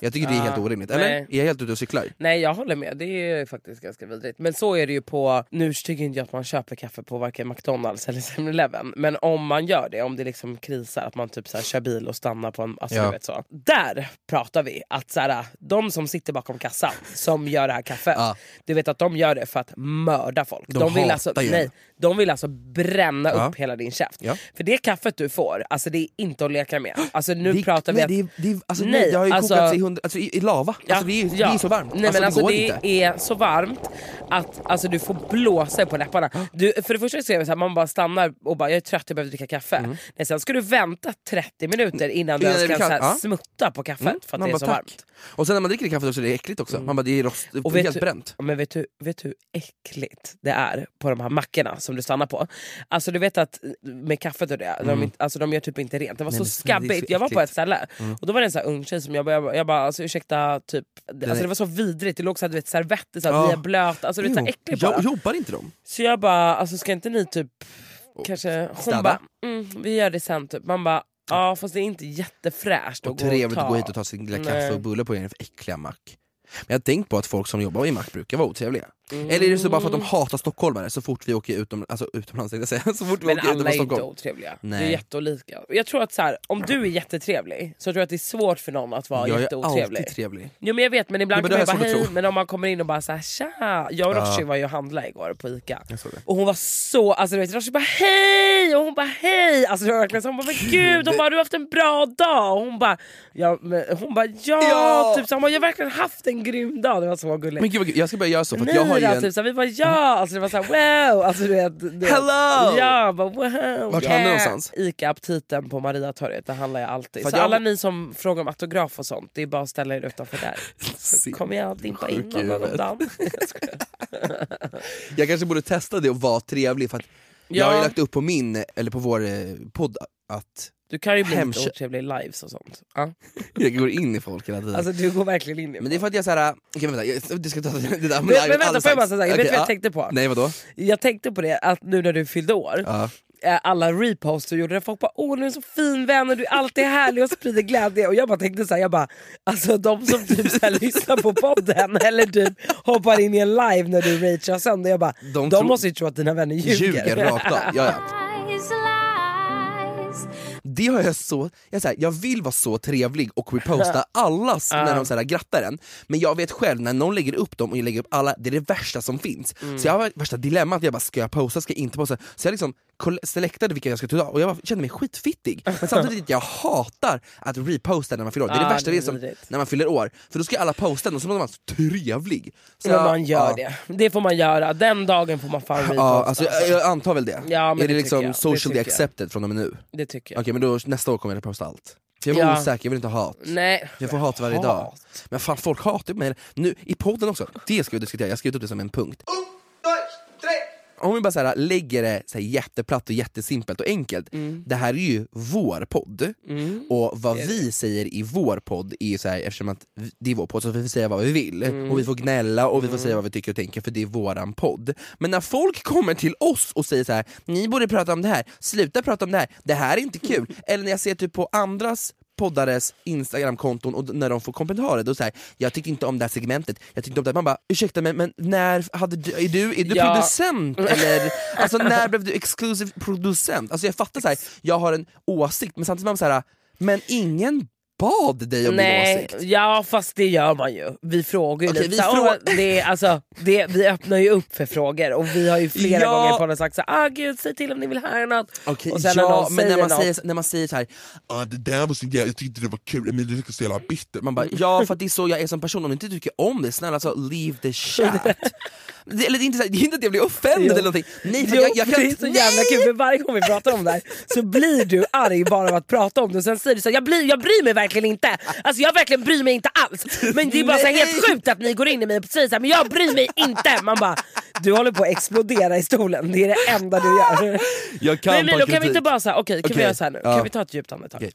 Speaker 3: Jag tycker det är
Speaker 1: Ah,
Speaker 3: helt orimligt, eller?
Speaker 1: nej.
Speaker 3: Är jag helt ute och cyklar?
Speaker 1: Nej jag håller med, det är faktiskt ganska vidrigt. Men så är det ju på, nu tycker inte jag att man köper kaffe på varken McDonalds eller 7-Eleven. Men om man gör det, om det liksom krisar, att man typ så här kör bil och stannar på en... Alltså
Speaker 3: Ja.
Speaker 1: du vet så. Där pratar vi att så här, de som sitter bakom kassan som gör det här kaffet,
Speaker 3: Ja.
Speaker 1: du vet att de gör det för att mörda folk.
Speaker 3: De
Speaker 1: vill
Speaker 3: hatar
Speaker 1: alltså,
Speaker 3: ju.
Speaker 1: nej, de vill alltså bränna
Speaker 3: Ja.
Speaker 1: upp hela din käft.
Speaker 3: Ja.
Speaker 1: För det kaffet du får, alltså det är inte att leka med. Alltså nu
Speaker 3: Det-
Speaker 1: pratar vi
Speaker 3: nej,
Speaker 1: att...
Speaker 3: det, är- det, är- alltså, nej,
Speaker 1: Nej,
Speaker 3: det har ju
Speaker 1: alltså-
Speaker 3: kokats i, hund, alltså, i, i lava,
Speaker 1: Ja,
Speaker 3: alltså, det, är,
Speaker 1: ja.
Speaker 3: det är så varmt.
Speaker 1: Nej,
Speaker 3: alltså,
Speaker 1: men
Speaker 3: det
Speaker 1: alltså,
Speaker 3: går
Speaker 1: det
Speaker 3: inte.
Speaker 1: är så varmt att alltså, du får blåsa på läpparna. Du, för det första så är det så här, man bara stannar och bara jag är trött, jag behöver dricka kaffe. Nej, sen ska du vänta 30 minuter innan du
Speaker 3: Mm. Innan
Speaker 1: ens
Speaker 3: det blir
Speaker 1: kan så här,
Speaker 3: kallt, ja. Mm.
Speaker 1: smutta på kaffet för att
Speaker 3: Man
Speaker 1: det är
Speaker 3: bara,
Speaker 1: så
Speaker 3: tack.
Speaker 1: varmt. Mm.
Speaker 3: Och sen när man dricker det kaffet också är det äckligt också. Man bara, det är rost, det är
Speaker 1: vet
Speaker 3: helt
Speaker 1: du-
Speaker 3: bränt.
Speaker 1: Men vet du, vet du hur äckligt det är på de här mackorna som du stannar på? Alltså du vet att med kaffet och det, de, inte- alltså, de gör typ inte rent. Det var
Speaker 3: Mm. Nej,
Speaker 1: så
Speaker 3: men snälla, det är så
Speaker 1: skabbigt. jag var på
Speaker 3: äckligt. Mm.
Speaker 1: ett ställe och då var det en sån här ung tjej som jag bara, jag bara, jag bara alltså, ursäkta, typ, alltså,
Speaker 3: är-
Speaker 1: det var så vidrigt. Det låg så här, du vet, servetter, så här,
Speaker 3: Ja.
Speaker 1: vi är blöt, alltså, du vet, så här, äckligt bara.
Speaker 3: jag jobbar inte de?
Speaker 1: Så jag bara, alltså, ska inte ni typ kanske... Hon
Speaker 3: städa?
Speaker 1: bara, mm, vi gör det sen typ. Man bara, ja fast det är inte jättefräscht
Speaker 3: Och
Speaker 1: att gå
Speaker 3: trevligt att gå hit och ta sin lilla kaffe
Speaker 1: Nej.
Speaker 3: och bulle på er för äckliga mack. Men jag har tänkt på att folk som jobbar i mack brukar vara otrevliga.
Speaker 1: Mm.
Speaker 3: Eller är det så bara för att de hatar stockholmare så fort vi åker utom, alltså utomlands, tänkte jag säga. <laughs> så fort vi
Speaker 1: Men
Speaker 3: åker
Speaker 1: alla
Speaker 3: utanför
Speaker 1: är inte
Speaker 3: Stockholm.
Speaker 1: otrevliga. Det är
Speaker 3: Nej.
Speaker 1: jätteolika. Jag tror att så här, om du är jättetrevlig så tror jag att det är svårt för någon att vara
Speaker 3: jag är
Speaker 1: jätteotrevlig.
Speaker 3: alltid trevlig.
Speaker 1: Jo men jag vet men ibland
Speaker 3: Ja, men
Speaker 1: kan
Speaker 3: det
Speaker 1: man
Speaker 3: har jag
Speaker 1: ju bara
Speaker 3: svårt
Speaker 1: hej,
Speaker 3: att tro.
Speaker 1: men om man kommer in och bara såhär tja. Jag och Roshi var ju och handlade igår på ICA.
Speaker 3: såg det.
Speaker 1: Och hon var så, alltså du vet Roshi bara hej och hon bara hej. Alltså det var verkligen så, hon bara men gud, hon bara du har haft en bra dag. Och hon bara ja, men, hon bara, ja.
Speaker 3: Ja.
Speaker 1: Typ, så, hon bara jag har verkligen haft en grym dag. Det var så gulligt.
Speaker 3: Men gud, vad kul. jag ska börja göra så, för att
Speaker 1: Nej,
Speaker 3: jag har ju en...
Speaker 1: typ, så vi bara ja, alltså det var såhär wow. Alltså, du vet, du vet.
Speaker 3: Hello!
Speaker 1: Ja, bara, wow.
Speaker 3: Vart handlar du någonstans?
Speaker 1: Ica-aptiten på Mariatorget, där handlar jag alltid.
Speaker 3: För att
Speaker 1: Så
Speaker 3: jag-
Speaker 1: alla ni som frågar om autograf och sånt, det är bara att ställa er utanför
Speaker 3: <laughs>
Speaker 1: där. Så
Speaker 3: Se-
Speaker 1: kommer jag dimpa in
Speaker 3: sjuk i
Speaker 1: någon
Speaker 3: huvudet.
Speaker 1: dag. Jag skojar.
Speaker 3: Jag kanske borde testa det och vara trevlig för att jag har ju lagt upp på min, eller på vår eh, podd att <laughs>
Speaker 1: Du kan ju bli
Speaker 3: Hemkö-
Speaker 1: lite otrevlig i lives och sånt. Ja.
Speaker 3: jag går in i folk hela tiden.
Speaker 1: Alltså du går verkligen in i
Speaker 3: men det är för att jag såhär, okej vänta, jag, du ska ta <laughs> det där
Speaker 1: men, men vänta, får jag bara säga, okay, vet du vad jag tänkte på?
Speaker 3: Nej vadå?
Speaker 1: Jag tänkte på det att nu när du fyllde år,
Speaker 3: Ja.
Speaker 1: eh, alla reposts du gjorde, folk bara åh du är en så fin vän och du är alltid härlig och sprider glädje. Och jag bara tänkte såhär, jag bara, alltså de som typ så här lyssnar på podden <laughs> eller typ hoppar in i en live när du ragear sönder, jag bara, de,
Speaker 3: De tror-
Speaker 1: måste ju tro att dina vänner ljuger. <laughs>
Speaker 3: Ljuger rakt av. Ja, ja.
Speaker 4: Lies, lies.
Speaker 3: Det har jag så, jag, är så här, jag vill vara så trevlig och
Speaker 1: <laughs>
Speaker 3: reposta allas när de så här, grattar en. Men jag vet själv när någon lägger upp dem och
Speaker 1: Mm.
Speaker 3: jag lägger upp alla, det är det värsta som finns. Så jag har värsta dilemmat, jag bara ska jag posta, ska jag inte posta? Så jag liksom koll- selektade vilka jag ska ta och jag bara kände mig skitfittig. Men samtidigt, jag hatar att reposta när man fyller år. Det är det
Speaker 1: Ja,
Speaker 3: värsta
Speaker 1: det är
Speaker 3: det är som,
Speaker 1: vidrigt.
Speaker 3: när man fyller år. För då ska alla posta den och så måste man vara så trevlig. Så
Speaker 1: Men
Speaker 3: jag-
Speaker 1: man gör
Speaker 3: ja.
Speaker 1: det. Det får man göra. Den dagen får man fan reposta.
Speaker 3: Ja, alltså, jag, jag antar väl det.
Speaker 1: Ja, men
Speaker 3: är det,
Speaker 1: det
Speaker 3: liksom
Speaker 1: tycker jag. Det
Speaker 3: socially
Speaker 1: tycker jag.
Speaker 3: accepted från och med nu? Okej
Speaker 1: Det tycker jag.
Speaker 3: men då, nästa år kommer jag reposta allt. För jag var
Speaker 1: Ja.
Speaker 3: osäker, jag vill inte ha hat.
Speaker 1: Nej.
Speaker 3: Jag får hat varje dag. Men fan folk hatar ju mig. Nu, I podden också, det ska vi diskutera, jag har skrivit upp det som en punkt. Om vi bara så här, lägger det så här jätteplatt och jättesimpelt och enkelt. Det här är ju vår podd. Och vad vi säger i vår podd är ju så här, eftersom att vi- det är vår podd så får vi säga vad vi vill. Och vi får gnälla och vi får säga vad vi tycker och tänker för det är våran podd. Men när folk kommer till oss och säger så här: ni borde prata om det här, sluta prata om det här, det här är inte kul. Eller när jag ser typ på andras poddares instagramkonton och d- när de får kommentarer, då säger jag tyckte inte om det här segmentet, jag tyckte om det här. Man bara ursäkta mig men när hade du, är du, är du
Speaker 1: Ja.
Speaker 3: producent eller? Alltså när blev du exclusive producent? Alltså jag fattar så här, jag har en åsikt men samtidigt är man så här, men ingen bad dig om din
Speaker 1: Nej,
Speaker 3: åsikt.
Speaker 1: ja fast det gör man ju. Vi frågar ju
Speaker 3: Okej,
Speaker 1: lite.
Speaker 3: vi
Speaker 1: Vi,
Speaker 3: frå-
Speaker 1: det, är- alltså, det, vi öppnar ju upp för frågor och vi har ju flera
Speaker 3: Ja.
Speaker 1: gånger på den sagt såhär, ah, gud säg till om ni vill höra något.
Speaker 3: Okej,
Speaker 1: och sen när
Speaker 3: ja,
Speaker 1: någon
Speaker 3: men när man,
Speaker 1: säger något,
Speaker 3: säger, när man säger så här,
Speaker 5: Ja, "Ah, det där var så jävla, jag tyckte det var kul, men det är så jävla bitter.
Speaker 3: man bara ja för att det är så jag är som person, om du inte tycker om det, snälla så leave the chat. Det, eller det, är inte så här, det är inte att jag blir offended
Speaker 1: Jo.
Speaker 3: eller någonting. Nej, för
Speaker 1: Jo,
Speaker 3: jag, jag kan,
Speaker 1: det är så jävla
Speaker 3: nej!
Speaker 1: kul för varje gång vi pratar om det här så blir du arg bara av att prata om det och sen säger du så här, jag, blir, jag bryr mig verkligen inte. Alltså jag verkligen bryr mig inte alls. Men det är bara så här,
Speaker 3: Nej.
Speaker 1: helt sjukt att ni går in i mig och säger så här, men jag bryr mig inte. Man bara, du håller på att explodera i stolen. Det är det enda du gör.
Speaker 3: Jag kan
Speaker 1: Nej, men
Speaker 3: ta
Speaker 1: då kan vi
Speaker 3: kritik.
Speaker 1: inte bara säga, okej kan
Speaker 3: Okej,
Speaker 1: vi göra så här nu?
Speaker 3: ja.
Speaker 1: Kan vi ta ett djupt andetag?
Speaker 3: Okej.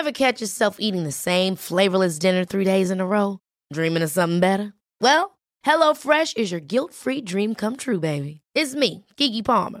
Speaker 6: Ever catch yourself eating the same flavorless dinner three days in a row? Dreaming of something better? Well, HelloFresh is your guilt-free dream come true, baby. It's me, Gigi Palmer.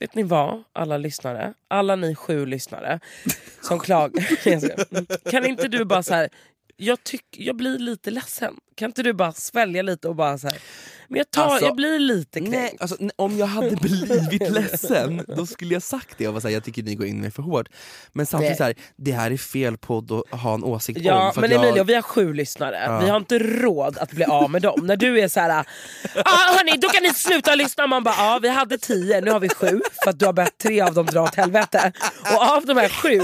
Speaker 1: Vet ni vad, alla lyssnare, alla ni sju lyssnare som klagar. <laughs> Jag skojar. Mm. kan inte du bara så här. Jag, tyck, jag blir lite ledsen. Kan inte du bara svälja lite och bara så här. Men jag, tar,
Speaker 3: Alltså,
Speaker 1: jag blir lite
Speaker 3: Nej,
Speaker 1: kränkt.
Speaker 3: alltså, n- om jag hade
Speaker 1: <laughs>
Speaker 3: blivit ledsen då skulle jag sagt det. Jag, var så här, jag tycker ni går in mig för hårt. Men samtidigt,
Speaker 1: Nej.
Speaker 3: så här, det här är fel podd att ha en åsikt
Speaker 1: Ja,
Speaker 3: om. för att
Speaker 1: men
Speaker 3: jag...
Speaker 1: Emilio, vi har sju lyssnare. Vi har inte råd att bli av med dem. När du är så här, ah, hörni, då kan ni sluta lyssna. Man bara, ja vi hade tio, nu har vi sju. För att du har bett tre av dem dra åt helvete. Och av de här <laughs> sju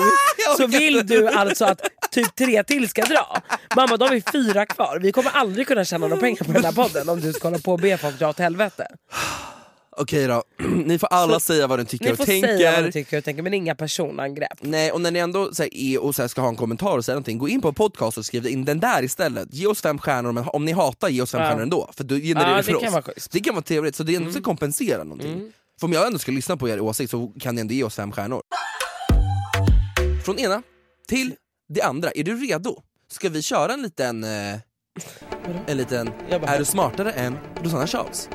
Speaker 1: så vill du alltså att typ tre till ska dra. Mamma, då har vi fyra kvar. Vi kommer aldrig kunna tjäna några pengar på den här podden om du ska hålla på och be folk dra åt helvete.
Speaker 3: Okej då, <clears throat> ni får alla säga vad ni tycker
Speaker 1: Ni
Speaker 3: och
Speaker 1: får
Speaker 3: tänker.
Speaker 1: säga vad ni tycker och tänker, men inga personangrepp.
Speaker 3: Nej, och när ni ändå så här, är och så här, ska ha en kommentar och säga någonting, gå in på podcast och skriv in den där istället. Ge oss fem stjärnor, om, om ni hatar, ge oss fem stjärnor ändå. För då genererar
Speaker 1: Ja,
Speaker 3: det för
Speaker 1: det
Speaker 3: oss.
Speaker 1: kan vara schysst. Mm.
Speaker 3: Det kan vara trevligt, så det är ändå så kompensera någonting. För om jag ändå ska lyssna på er åsikt så kan ni ändå ge oss fem stjärnor. Från ena till det andra, är du redo? Ska vi köra en liten... Eh, en liten...
Speaker 1: Jag bara-
Speaker 3: Är du smartare än Rosanna Charles?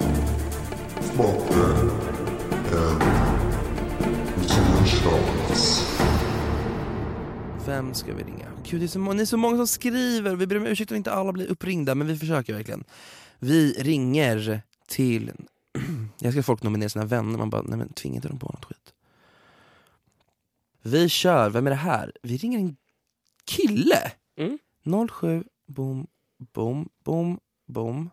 Speaker 3: Vem ska vi ringa? Gud, det är så många, ni är så många som skriver. Vi ber om ursäkt om inte alla blir uppringda, men vi försöker verkligen. Vi ringer till... <clears throat> Jag ska folk nominera sina vänner, man bara, nej men tvinga inte dem på något skit. Vi kör, vem är det här? Vi ringer en kille.
Speaker 1: Mm.
Speaker 3: 07, bom, bom, bom, bom.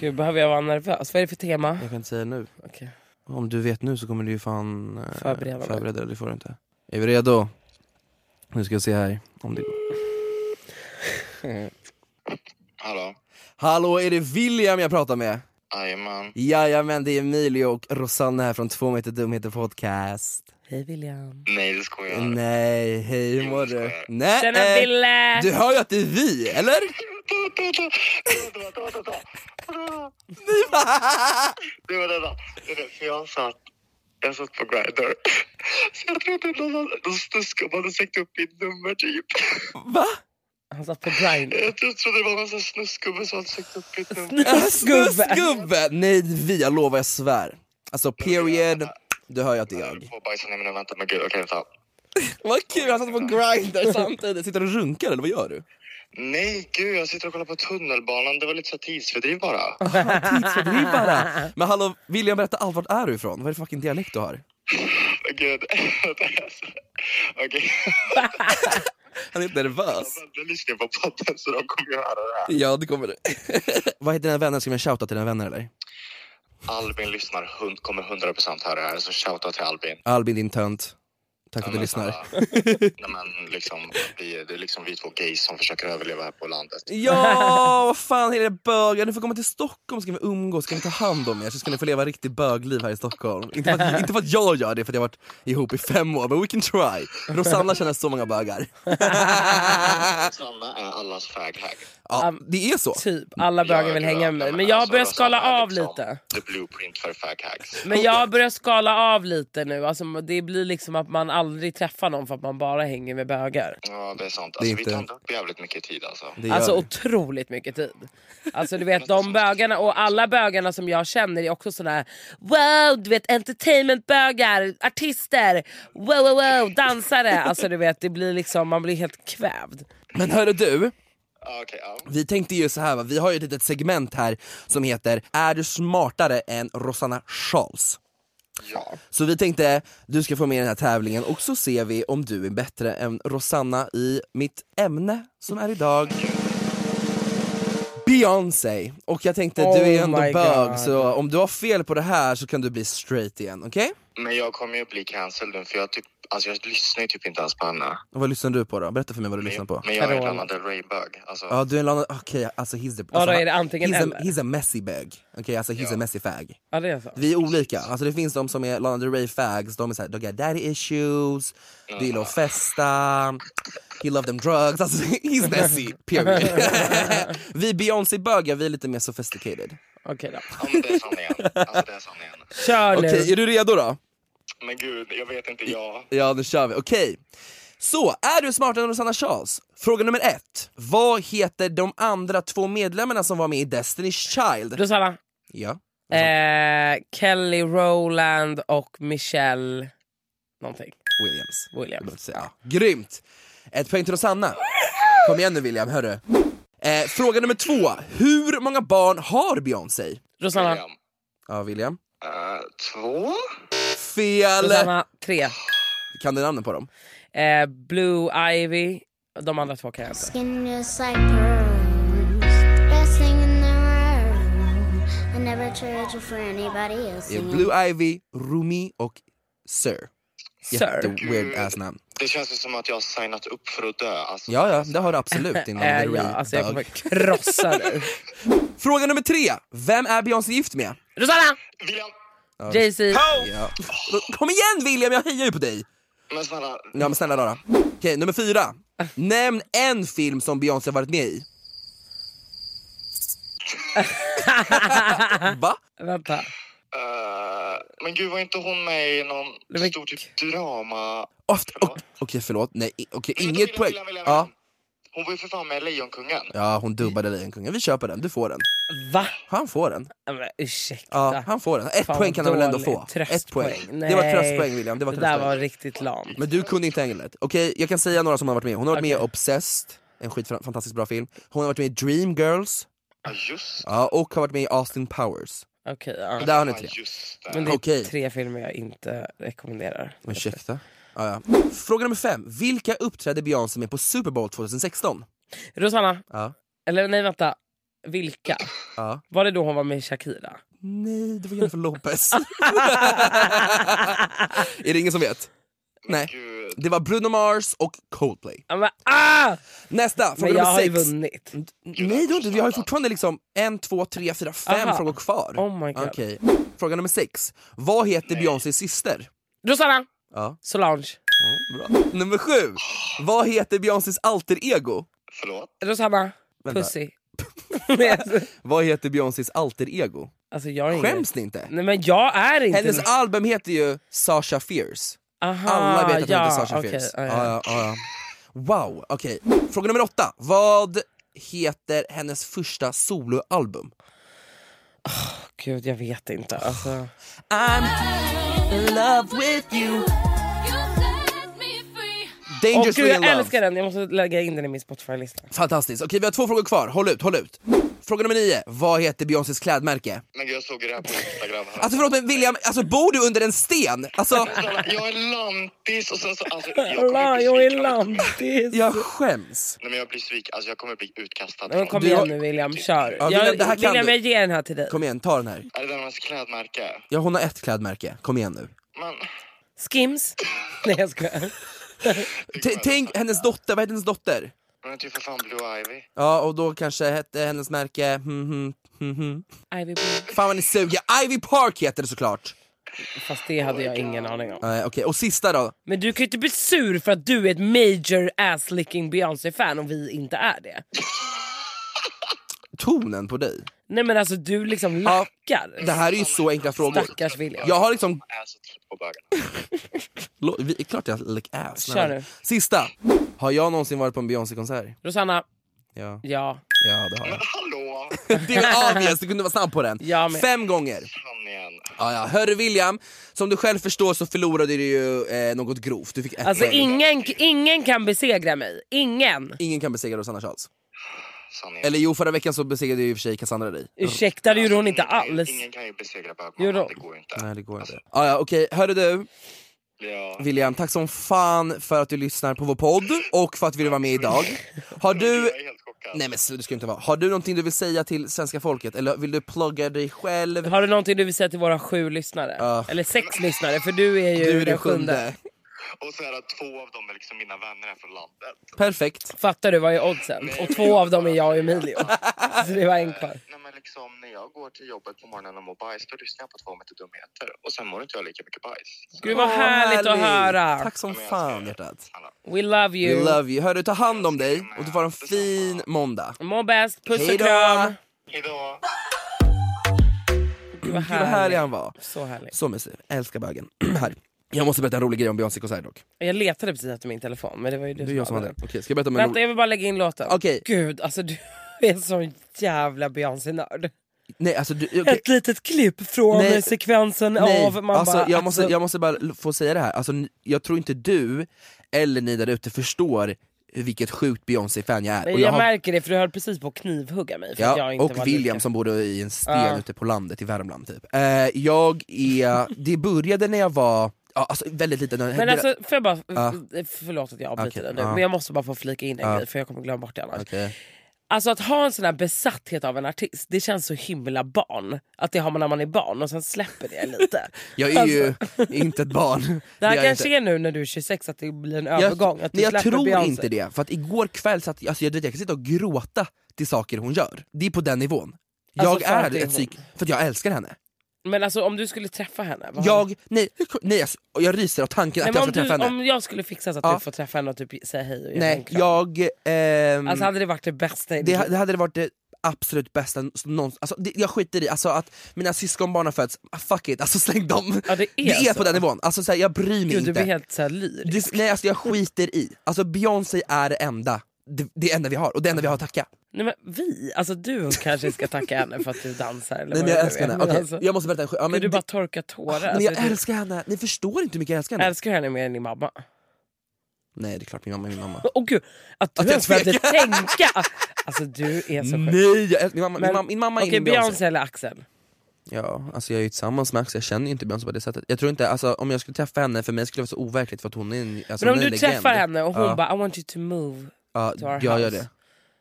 Speaker 1: Gud, behöver jag vara nervös? Vad är det för tema?
Speaker 3: Jag kan inte säga nu.
Speaker 1: Okej.
Speaker 3: Om du vet nu så kommer du ju fan eh,
Speaker 1: Förbereda mig.
Speaker 3: förbereda dig. Det får du inte. Är vi redo? Nu ska jag se här om det går.
Speaker 7: Hallå?
Speaker 3: Hallå, är det William jag pratar med?
Speaker 7: Jajamän.
Speaker 3: Jajamän, det är Emilio och Rosanna här från Två meter dumheter podcast.
Speaker 1: Hej William.
Speaker 7: Nej, det skojar jag.
Speaker 3: Nej, hej hur mår du? Nej,
Speaker 1: Tjena
Speaker 3: eh,
Speaker 1: Ville!
Speaker 3: Du hör ju att det är vi, eller? Ni bara-
Speaker 7: Du, vänta, vänta. Det är det, För jag satt, jag satt på Grindr. Så jag trodde någon någon snuskgubbe hade sökt upp mitt nummer typ.
Speaker 3: Va?
Speaker 1: Han satt på grind. <laughs>
Speaker 7: Jag trodde det var någon sån snuskgubbe som hade sökt upp mitt nummer.
Speaker 3: Snuskgubbe! Eh, Nej, vi, jag lovar, jag svär. Alltså period, du hör ju att det är jag.
Speaker 7: Två bajs i munnen, vänta. Men gud, okej, vänta.
Speaker 3: Vad kul, han satt på Grindr samtidigt. Sitter du och runkar eller vad gör du?
Speaker 7: Nej, gud, jag sitter och kollar på tunnelbanan. Det var lite så tidsfördriv bara.
Speaker 3: Tidsfördriv bara. Men hallå, William berätta allt, vart är du ifrån? Vad är det för fucking dialekt du har?
Speaker 7: Men Gud. <laughs> Vänta, jag ska- Okej.
Speaker 3: Han är helt nervös.
Speaker 7: Nu lyssnar jag på podden så de kommer ju höra det här.
Speaker 3: Ja, det <laughs> kommer du. vad heter dina vänner? Ska vi shouta till dina vänner eller?
Speaker 7: Albin lyssnar, hund, kommer 100% höra det här. Så shoutout till Albin.
Speaker 3: Albin, din tönt. Tack för att du
Speaker 7: men
Speaker 3: lyssnar.
Speaker 7: snälla. Nej, men liksom, vi, det är liksom vi två gays som försöker överleva här på landet.
Speaker 3: <laughs> Ja, vad fan är det bögar? Ni får komma till Stockholm ska vi umgås, ska vi ta hand om er så ska ni få leva riktigt bögliv här i Stockholm. Inte för, att, inte för att jag gör det för att jag har varit ihop i fem år, men we can try. Rosanna känner så många bögar.
Speaker 7: Sanna är allas fag-hag.
Speaker 3: Ja, det är så.
Speaker 1: Typ, alla bögar vill hänga med mig. Men
Speaker 7: alltså,
Speaker 3: alltså,
Speaker 1: jag börjar skala av lite.
Speaker 7: liksom The blueprint för fag-hags.
Speaker 1: Men jag börjar skala av lite nu. Alltså, det blir liksom att man aldrig träffar någon för att man bara hänger med bögar.
Speaker 7: Ja, det är sant.
Speaker 3: Det är
Speaker 7: Alltså, Vi
Speaker 3: inte-
Speaker 7: tar upp jävligt mycket tid alltså.
Speaker 3: Det gör
Speaker 1: Alltså
Speaker 3: vi.
Speaker 1: otroligt mycket tid. Alltså
Speaker 3: <laughs>
Speaker 1: du vet de bögarna och alla bögarna som jag känner är också sådana här wow du vet entertainmentbögar, artister, wow wow wow, dansare. Alltså du vet det blir liksom man blir helt kvävd.
Speaker 3: Men hörru du,
Speaker 7: Ja, Okej, ja.
Speaker 3: vi tänkte ju så här, va? vi har ju ett litet segment här som heter Är du smartare än Rosanna Charles?
Speaker 7: ja.
Speaker 3: Så vi tänkte, du ska få med i den här tävlingen och så ser vi om du är bättre än Rosanna i mitt ämne som är idag. Beyoncé. Och jag tänkte, du är ju
Speaker 1: Oh
Speaker 3: ändå
Speaker 1: my
Speaker 3: bög
Speaker 1: God.
Speaker 3: så om du har fel på det här så kan du bli straight igen, okej?
Speaker 7: Men jag kommer ju bli cancelled nu för jag, typ, alltså, jag lyssnar ju typ inte ens på henne.
Speaker 3: Och vad lyssnar du på då? Berätta för mig vad du lyssnar på.
Speaker 7: Men jag är en
Speaker 1: Carola.
Speaker 7: Lana Del Rey-bög. Alltså,
Speaker 3: Ja du är en Lana, okej alltså he's the... Alltså,
Speaker 1: då är
Speaker 3: han-
Speaker 1: det antingen
Speaker 3: he's a,
Speaker 1: eller.
Speaker 3: he's a messy bög. Okej alltså he's a messy fag.
Speaker 1: Ja det är så.
Speaker 3: Vi är olika, alltså det finns de som är Lana Del Rey fags, de är såhär, de got daddy issues, de gillar att festa, he love them drugs, alltså <laughs> he's messy, <laughs> period. vi Beyoncé-bögar, vi är lite mer sophisticated.
Speaker 1: Okej då.
Speaker 7: ja, men det är sanningen. Alltså, det är sanningen.
Speaker 1: Kör nu.
Speaker 3: Okej, är du redo då?
Speaker 7: Men gud, jag vet inte. Jag...
Speaker 3: Ja, nu kör vi. Okej. Så, är du smartare än Rosanna Charles? Fråga nummer ett. Vad heter de andra två medlemmarna som var med i Destiny's Child?
Speaker 1: Rosanna.
Speaker 3: Ja.
Speaker 1: Eh, Kelly Rowland och Michelle någonting.
Speaker 3: Williams.
Speaker 1: Williams.
Speaker 3: Så, Ja. Grymt! Ett poäng till Rosanna. Kom igen nu William, hörru. Eh, fråga nummer två. Hur många barn har Beyoncé?
Speaker 1: Rosanna.
Speaker 7: William.
Speaker 3: Ja, William.
Speaker 7: Eh, två?
Speaker 3: Fel!
Speaker 1: Rosanna tre.
Speaker 3: Kan du namnen på dem?
Speaker 1: Eh, Blue Ivy. De andra två kan jag inte.
Speaker 4: Skin just like pearls, dancing in the room. I never traded you for anybody else.
Speaker 3: Det är Blue Ivy, Rumi och Sir.
Speaker 1: Sir.
Speaker 3: Jätte-weird ass namn.
Speaker 7: Det känns ju som att jag har signat upp för att dö. Alltså,
Speaker 3: Ja, ja, det har du absolut. Din Lana
Speaker 1: Eh, <laughs> ja,
Speaker 3: Del Rey
Speaker 1: alltså jag kommer
Speaker 3: bög. <laughs>
Speaker 1: krossa dig.
Speaker 3: Fråga nummer tre. Vem är Beyoncé gift med?
Speaker 1: Rosanna!
Speaker 7: William!
Speaker 1: Jay-Z.
Speaker 3: Ja. Kom igen William, jag hejar ju på dig!
Speaker 7: Men snälla,
Speaker 3: Ja men snälla rara. Okej, nummer fyra. Nämn en film som Beyoncé har varit med i. Va?
Speaker 1: Vänta.
Speaker 7: Eh, men gud, var inte hon med i någon
Speaker 1: Det var-
Speaker 7: stor typ drama?
Speaker 3: Oft- och- Okej förlåt, nej i- okej,
Speaker 7: Men vänta,
Speaker 3: inget
Speaker 7: William,
Speaker 3: poäng.
Speaker 7: William, William,
Speaker 3: Ja.
Speaker 7: William. Hon var ju för fan med i Lejonkungen.
Speaker 3: ja, hon dubbade Lejonkungen. Vi köper den, du får den.
Speaker 1: Va?
Speaker 3: Han får den.
Speaker 1: Ja, Men, ursäkta.
Speaker 3: Ja, han får den. Ett
Speaker 1: Fan,
Speaker 3: poäng kan han väl ändå
Speaker 1: dålig
Speaker 3: få? Ett
Speaker 1: tröstpoäng.
Speaker 3: poäng. Det var
Speaker 1: Nej.
Speaker 3: tröstpoäng William, det var
Speaker 1: Det där
Speaker 3: tröstpoäng.
Speaker 1: var riktigt lamt.
Speaker 3: Men du kunde inte änglet. Okej, jag kan säga några som har varit med. Hon har varit med i Obsessed, en skitfantastiskt fantastiskt bra film. Hon har varit med i Dreamgirls,
Speaker 7: Ja, just
Speaker 3: ja, och har varit med i Austin Powers.
Speaker 1: Okej, ja.
Speaker 3: Där har ni
Speaker 7: Ja,
Speaker 3: tre.
Speaker 7: just det.
Speaker 1: Men det är
Speaker 3: Okej.
Speaker 1: tre filmer jag inte rekommenderar.
Speaker 3: Ursäkta? Ja, ja. Fråga nummer fem. Vilka uppträdde Beyoncé med på Super Bowl 2016?
Speaker 1: Rosanna,
Speaker 3: Ja.
Speaker 1: eller nej vänta. Vilka?
Speaker 3: Ja.
Speaker 1: Var det då hon var med Shakira?
Speaker 3: Nej, det var Jennifer Lopez.
Speaker 1: <laughs>
Speaker 3: är det ingen som vet? Nej.
Speaker 7: Gud.
Speaker 3: Det var Bruno Mars och Coldplay.
Speaker 1: Ja, men, ah!
Speaker 3: Nästa, fråga
Speaker 1: men jag
Speaker 3: nummer
Speaker 1: har ju
Speaker 3: sex.
Speaker 1: vunnit.
Speaker 3: Nej, du har inte, vi har ju fortfarande liksom en, två, tre, fyra, fem
Speaker 1: Aha.
Speaker 3: frågor kvar.
Speaker 1: Oh my God.
Speaker 3: Okej. Fråga nummer sex. Vad heter Beyoncés syster?
Speaker 1: Rosanna,
Speaker 3: Ja,
Speaker 1: Solange,
Speaker 3: bra. Nummer sju. Vad heter Beyoncés alter-ego?
Speaker 7: Förlåt?
Speaker 1: Rosanna,
Speaker 3: Vänta. <laughs>
Speaker 1: Pussy. Nej, alltså-
Speaker 3: Vad heter Beyoncés alter-ego?
Speaker 1: alltså, jag är ingen-
Speaker 3: Skäms ni inte?
Speaker 1: Nej men jag är inte...
Speaker 3: Hennes album heter ju Sasha Fierce.
Speaker 1: Aha,
Speaker 3: Alla vet att hon
Speaker 1: Ah, ja,
Speaker 3: heter Sasha
Speaker 1: okej, ah,
Speaker 3: Fierce.
Speaker 1: ja,
Speaker 3: Ja,
Speaker 1: ja.
Speaker 3: ja, ah, ja, ja. Wow, okej. Fråga nummer åtta. Vad heter hennes första soloalbum?
Speaker 1: Gud jag vet inte. Alltså.
Speaker 3: I'm in love with you Dangerously
Speaker 1: Åh, gud, jag
Speaker 3: in love.
Speaker 1: älskar den, jag måste lägga in den i min Spotify-lista.
Speaker 3: Fantastiskt. Okej, vi har två frågor kvar. Håll ut, håll ut. Fråga nummer nio. Vad heter Beyoncés klädmärke?
Speaker 7: Men jag såg det här på Instagram.
Speaker 3: <laughs>
Speaker 7: Här.
Speaker 3: Alltså förlåt men William, alltså bor du under en sten? Alltså,
Speaker 7: Jag är lantis och sen så... Alltså, jag kommer
Speaker 1: Alla,
Speaker 7: bli
Speaker 1: jag är
Speaker 7: sviken.
Speaker 1: lantis.
Speaker 3: jag skäms.
Speaker 7: Nej men jag blir sviken, alltså jag kommer bli utkastad.
Speaker 1: Men kom
Speaker 3: Du har-
Speaker 1: igen nu William, kör.
Speaker 3: Ja, William,
Speaker 1: jag,
Speaker 3: det här kan
Speaker 1: William
Speaker 3: du.
Speaker 1: jag ger den här till dig.
Speaker 3: Kom igen, ta den här.
Speaker 7: Är det där med hans klädmärke?
Speaker 3: Ja, hon har ett klädmärke. Kom igen nu.
Speaker 7: Men...
Speaker 1: Skims. <laughs> Nej jag skojar.
Speaker 3: T- tänk hennes dotter, vad heter hennes dotter?
Speaker 7: Men typ för fan Blue Ivy.
Speaker 3: Ja, och då kanske hette hennes märke... Hmm, hmm, hmm, hmm.
Speaker 1: Ivy Blue.
Speaker 3: Fan vad ni suger. Ivy Park heter det såklart.
Speaker 1: Fast det hade jag ingen aning om.
Speaker 3: Uh, Okej, och sista då.
Speaker 1: Men du kan ju inte bli sur för att du är ett major ass-licking Beyoncé-fan och vi inte är det.
Speaker 3: Tonen på dig.
Speaker 1: Nej men alltså du liksom
Speaker 3: Ja,
Speaker 1: lackar.
Speaker 3: Det här är ju så enkla frågor.
Speaker 1: Stackars William.
Speaker 3: Jag har liksom...
Speaker 7: Jag är så trött på
Speaker 1: <laughs>
Speaker 3: Lo-
Speaker 7: bögarna.
Speaker 3: vi- Klart jag lick ass.
Speaker 1: Kör nu.
Speaker 3: Sista. Har jag någonsin varit på en Beyoncé-konsert?
Speaker 1: Rosanna,
Speaker 3: Ja.
Speaker 1: ja.
Speaker 3: ja, det har
Speaker 1: <laughs>
Speaker 3: jag.
Speaker 7: Hallå!
Speaker 3: Det är obvious, du kunde vara snabb på den.
Speaker 1: Ja, men-
Speaker 3: Fem gånger.
Speaker 7: Kom igen.
Speaker 3: Ja, ja. Hörru William, som du själv förstår så förlorade du ju eh, något grovt. Du fick ett
Speaker 1: Alltså
Speaker 3: poäng.
Speaker 1: ingen, ingen kan besegra mig. Ingen.
Speaker 3: Ingen kan besegra Rosanna Charles.
Speaker 7: Sanningen.
Speaker 3: Eller jo, förra veckan så besegrade ju i och för sig Cassandra dig.
Speaker 1: Ursäkta det gjorde hon inte alls.
Speaker 7: Ingen kan ju besegra
Speaker 1: Jo
Speaker 7: bögmamman,
Speaker 1: då.
Speaker 7: det går ju inte.
Speaker 3: Nej, det går inte. Ah, ja, okej. Hörru du,
Speaker 7: Ja.
Speaker 3: William, tack som fan för att du lyssnar på vår podd och för att du ville vara med idag. Har du...
Speaker 7: Jag är helt chockad.
Speaker 3: Nej men sl- du ska inte vara. Har du någonting du vill säga till svenska folket eller vill du plugga dig själv?
Speaker 1: Har du någonting du vill säga till våra sju lyssnare?
Speaker 3: Ja.
Speaker 1: Eller sex lyssnare för du är ju
Speaker 3: Du är
Speaker 1: den
Speaker 3: den sjunde.
Speaker 7: Och så är det att två av dem är liksom mina vänner här från landet.
Speaker 3: Perfekt.
Speaker 1: Fattar du vad är oddsen? Och två av dem är jag och
Speaker 3: <laughs>
Speaker 1: Emilio. Så det var en kvar.
Speaker 7: Nej men liksom när jag går till jobbet på morgonen och mår bajs då lyssnar jag på två meter dumheter och sen mår inte jag lika mycket bajs. Så,
Speaker 1: Gud vad
Speaker 3: Åh,
Speaker 1: härligt att höra.
Speaker 3: Tack som fan hjärtat.
Speaker 7: snälla.
Speaker 1: We love
Speaker 3: We
Speaker 1: you.
Speaker 3: love you. Hörru, ta hand om dig och du får en fin måndag.
Speaker 1: Må bäst, puss
Speaker 3: Hej
Speaker 1: och
Speaker 3: då.
Speaker 1: kram.
Speaker 7: Hejdå!
Speaker 1: Gud vad
Speaker 3: Gud vad härlig
Speaker 1: härligt.
Speaker 3: han var.
Speaker 1: Så härligt.
Speaker 3: Så mysig. Älskar bögen. <clears throat> här. Jag måste berätta en rolig grej om Beyoncé konsert dock.
Speaker 1: Jag letade precis efter min telefon men det var ju du
Speaker 3: Det är jag som
Speaker 1: hade
Speaker 3: hade den. Okej, ska jag berätta om en
Speaker 1: Vänta
Speaker 3: rolig...
Speaker 1: jag vill bara lägga in låten.
Speaker 3: Okej.
Speaker 1: Gud alltså du <laughs> är sån jävla Beyoncé-nörd.
Speaker 3: Nej alltså du... okej.
Speaker 1: Ett litet klipp från
Speaker 3: Nej.
Speaker 1: sekvensen
Speaker 3: Nej,
Speaker 1: av... Man
Speaker 3: alltså,
Speaker 1: bara,
Speaker 3: jag, måste,
Speaker 1: alltså,
Speaker 3: jag måste bara l- få säga det här, alltså, n- jag tror inte du eller ni där ute förstår vilket sjukt Beyoncé-fan jag är.
Speaker 1: jag,
Speaker 3: och jag har-
Speaker 1: märker det för du höll precis på att knivhugga mig. För att jag
Speaker 3: Ja,
Speaker 1: inte var
Speaker 3: och William
Speaker 1: lika.
Speaker 3: som bodde i en sten
Speaker 1: Ja.
Speaker 3: ute på landet i Värmland typ. Eh, jag
Speaker 1: <laughs>
Speaker 3: är, det började när jag var, ja, alltså väldigt liten.
Speaker 1: Men alltså, får jag bara,
Speaker 3: Ja.
Speaker 1: förlåt att jag avbryter
Speaker 3: Okej,
Speaker 1: dig nu,
Speaker 3: ja.
Speaker 1: men jag måste bara få flika in en
Speaker 3: Ja.
Speaker 1: grej för jag kommer glömma bort det annars.
Speaker 3: Okej.
Speaker 1: Alltså att ha en sån här besatthet av en artist, det känns så himla barn. Att det har man när man är barn och sen släpper det lite.
Speaker 3: <laughs>
Speaker 1: Alltså,
Speaker 3: Jag är ju inte ett barn.
Speaker 1: Det här
Speaker 3: är jag
Speaker 1: kanske
Speaker 3: inte.
Speaker 1: är nu när du är 26 att det blir en
Speaker 3: Jag-
Speaker 1: övergång. Att du
Speaker 3: nej, jag
Speaker 1: släpper
Speaker 3: tror
Speaker 1: Beyoncé.
Speaker 3: inte det, för att igår kväll satt alltså, jag, vet, jag kan sitta och gråta till saker hon gör. Det är på den nivån. Jag
Speaker 1: Alltså, för att
Speaker 3: är
Speaker 1: det är
Speaker 3: ett
Speaker 1: hon.
Speaker 3: psyk, för att jag älskar henne.
Speaker 1: Men alltså om du skulle träffa henne? vad-
Speaker 3: Jag, nej, nej alltså, jag ryser av tanken
Speaker 1: Nej,
Speaker 3: att
Speaker 1: men
Speaker 3: jag
Speaker 1: om,
Speaker 3: får träffa
Speaker 1: du,
Speaker 3: henne.
Speaker 1: om jag skulle fixa så att
Speaker 3: Ja.
Speaker 1: du får träffa henne och typ säga hej och ge henne en
Speaker 3: Nej,
Speaker 1: kram.
Speaker 3: jag... ehm,
Speaker 1: Alltså hade det varit det bästa i ditt
Speaker 3: det, det hade varit det absolut bästa någonsin, alltså, det, jag skiter i alltså, att mina syskonbarn har fötts, ah, fuck it, alltså släng dem!
Speaker 1: Ja, det är så.
Speaker 3: på den nivån, alltså, så här, jag bryr mig
Speaker 1: Gud, du
Speaker 3: inte.
Speaker 1: blir helt såhär lyrisk.
Speaker 3: Det, nej alltså jag skiter i, alltså Beyoncé är det enda, det, det enda vi har och det enda vi har att tacka.
Speaker 1: Nej men vi, alltså du kanske ska tacka henne för att du dansar eller
Speaker 3: Nej
Speaker 1: vad
Speaker 3: men jag
Speaker 1: det nu
Speaker 3: älskar
Speaker 1: är.
Speaker 3: henne,
Speaker 1: Men
Speaker 3: Okej,
Speaker 1: alltså,
Speaker 3: jag måste berätta en sjuk- ja,
Speaker 1: Kan du
Speaker 3: det-
Speaker 1: bara torka tårar?
Speaker 3: men
Speaker 1: Alltså,
Speaker 3: jag
Speaker 1: du-
Speaker 3: älskar henne, ni förstår inte hur mycket jag älskar henne.
Speaker 1: älskar du henne mer än din mamma?
Speaker 3: Nej det är klart min mamma är min mamma.
Speaker 1: <laughs> Åh gud, att du
Speaker 3: Att jag
Speaker 1: ens började
Speaker 3: tvekar.
Speaker 1: tänka! Alltså du är så sjuk.
Speaker 3: nej, jag älskar, min, mamma, min
Speaker 1: Men-
Speaker 3: mamma, min mamma är
Speaker 1: Okej,
Speaker 3: min Beyoncé.
Speaker 1: Beyoncé eller Axel?
Speaker 3: Ja, alltså jag är ju tillsammans med Axel, jag känner ju inte Beyoncé på det sättet. Jag tror inte, alltså om jag skulle träffa henne, för mig skulle det vara så overkligt för att hon är en alltså,
Speaker 1: Men om
Speaker 3: hon är
Speaker 1: du
Speaker 3: en legend.
Speaker 1: träffar henne och hon
Speaker 3: ja,
Speaker 1: bara I want you to move,
Speaker 3: ja,
Speaker 1: to our
Speaker 3: Jag gör
Speaker 1: house.
Speaker 3: det.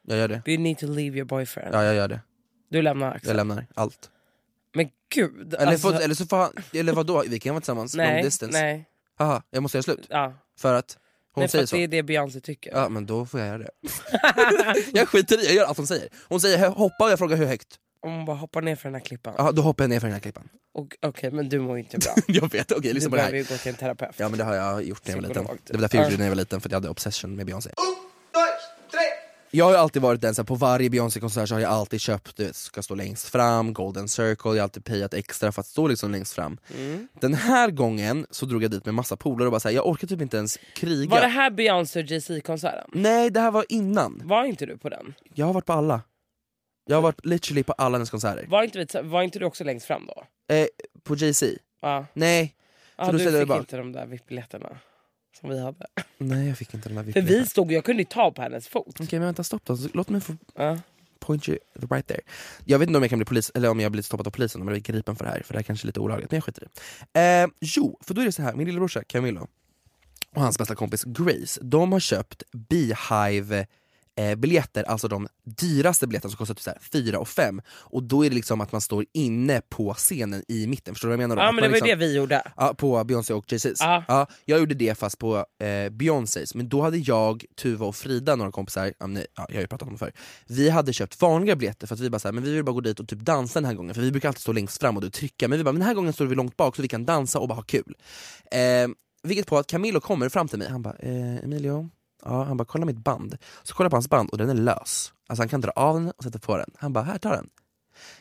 Speaker 3: Jag gör det.
Speaker 1: you need to leave your boyfriend.
Speaker 3: Ja, jag gör det.
Speaker 1: Du lämnar Axel.
Speaker 3: Jag lämnar allt.
Speaker 1: Men gud.
Speaker 3: Eller,
Speaker 1: alltså,
Speaker 3: får- eller så får han, eller vadå, vi kan vara tillsammans, long
Speaker 1: nej,
Speaker 3: distance.
Speaker 1: nej.
Speaker 3: Haha, jag måste göra slut.
Speaker 1: Ja.
Speaker 3: För att hon
Speaker 1: nej för
Speaker 3: säger
Speaker 1: att
Speaker 3: så.
Speaker 1: det är det Beyoncé tycker.
Speaker 3: Ja men då får jag göra det. <laughs> jag skiter i, jag gör allt hon säger. Hon säger hoppa och jag frågar hur högt.
Speaker 1: Om hon bara hoppar ner för den här klippan.
Speaker 3: Ja, då hoppar jag ner för den här klippan. <laughs>
Speaker 1: Och- Okej men du mår ju inte bra.
Speaker 3: jag vet, okej <laughs>
Speaker 1: du
Speaker 3: lyssna på det
Speaker 1: behöver
Speaker 3: här.
Speaker 1: ju gå till en terapeut.
Speaker 3: Ja men det har jag gjort när jag var liten.
Speaker 1: Psykolog, typ.
Speaker 3: Det var därför jag gjorde
Speaker 1: Ja.
Speaker 3: det när jag var liten, för att jag hade obsession med Beyoncé. Jag har ju alltid varit den, så här, på varje Beyoncé-konsert så har jag alltid köpt, du vet, ska stå längst fram, golden circle, jag har alltid payat extra för att stå liksom längst fram.
Speaker 1: Mm.
Speaker 3: Den här gången så drog jag dit med massa polare och bara såhär, jag orkar typ inte ens kriga.
Speaker 1: Var det här Beyoncé och Jay-Z konserten?
Speaker 3: Nej det här var innan,
Speaker 1: Var inte du på den?
Speaker 3: jag har varit på alla. Jag har varit literally på alla hennes konserter.
Speaker 1: Var inte, vi- var inte du också längst fram då?
Speaker 3: Eh, på Jay-Z?
Speaker 1: Ja.
Speaker 3: Nej.
Speaker 1: Ja,
Speaker 3: För då
Speaker 1: du
Speaker 3: ställer jag
Speaker 1: fick
Speaker 3: bara-
Speaker 1: inte de där VIP-biljetterna som vi hade.
Speaker 3: Nej jag fick inte den där
Speaker 1: För
Speaker 3: vippen.
Speaker 1: vi stod, jag kunde ju ta på hennes fot.
Speaker 3: Okej men vänta stopp då, låt mig få
Speaker 1: Ja.
Speaker 3: point you right there. Jag vet inte om jag kan bli polis, eller om jag blir stoppad av polisen om jag blir gripen för det här, för det här kanske är lite olagligt, men jag skiter i det. Eh, jo, för då är det så här, min lillebrorsa Camilo och hans bästa kompis Grace, de har köpt Beehive eh, biljetter, alltså de dyraste biljetterna som kostar typ så här 4 och 5 och då är det liksom att man står inne på scenen i mitten, förstår du vad jag menar? då?
Speaker 1: Ja
Speaker 3: Att
Speaker 1: men
Speaker 3: man
Speaker 1: det var ju
Speaker 3: liksom,
Speaker 1: det vi gjorde.
Speaker 3: Ja, på Beyoncé och Jay-Z's.
Speaker 1: Ja.
Speaker 3: Ja, jag gjorde det fast på eh, Beyoncés, men då hade jag, Tuva och Frida, några kompisar, ja, men ni- ja, jag har ju pratat om det förr, vi hade köpt vanliga biljetter för att vi bara så här, men vi vill bara gå dit och typ dansa den här gången, för vi brukar alltid stå längst fram och då trycka, men vi bara, men den här gången står vi långt bak så vi kan dansa och bara ha kul. Eh, vilket på att Camilo kommer fram till mig, han bara eh, Emilio, ja, han bara kolla mitt band. Så kollar jag på hans band och den är lös. Alltså han kan dra av den och sätta på den. Han bara, här tar den.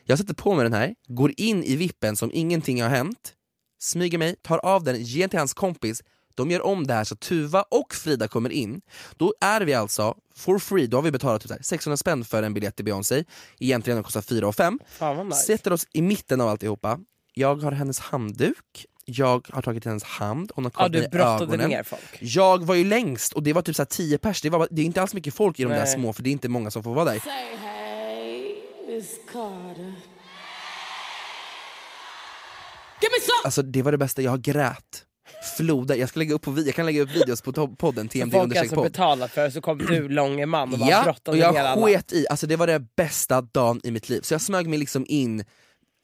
Speaker 3: Jag sätter på mig den här, går in i vippen som ingenting har hänt, smyger mig, tar av den, ger till hans kompis. De gör om det här så Tuva och Frida kommer in. Då är vi alltså for free, då har vi betalat typ så här 600 spänn för en biljett till Beyoncé. Egentligen den kostar 4 och 5.
Speaker 1: Fan vad nice.
Speaker 3: Sätter oss i mitten av alltihopa. Jag har hennes handduk, jag har tagit hennes hand, hon har
Speaker 1: Ja
Speaker 3: kollat mig
Speaker 1: du
Speaker 3: i
Speaker 1: brottade
Speaker 3: ögonen.
Speaker 1: ner folk.
Speaker 3: Jag var ju längst och det var typ så här 10 pers, det, var, bara- det är inte alls mycket folk i de där
Speaker 1: Nej.
Speaker 3: små för det är inte många som får vara där.
Speaker 4: Say hey, Miss Carter. Give me some.
Speaker 3: Alltså det var det bästa, jag har grät. Floda. Jag, ska lägga upp på, vi- jag kan lägga upp videos på to- podden, TMD
Speaker 1: Folk
Speaker 3: understreck
Speaker 1: alltså
Speaker 3: podd.
Speaker 1: betalat för det så
Speaker 3: <clears throat>
Speaker 1: kom du långe man och bara
Speaker 3: Ja, och
Speaker 1: brottade ner
Speaker 3: jag
Speaker 1: alla.
Speaker 3: sket i, alltså det var den bästa dagen i mitt liv. Så jag smög mig liksom in,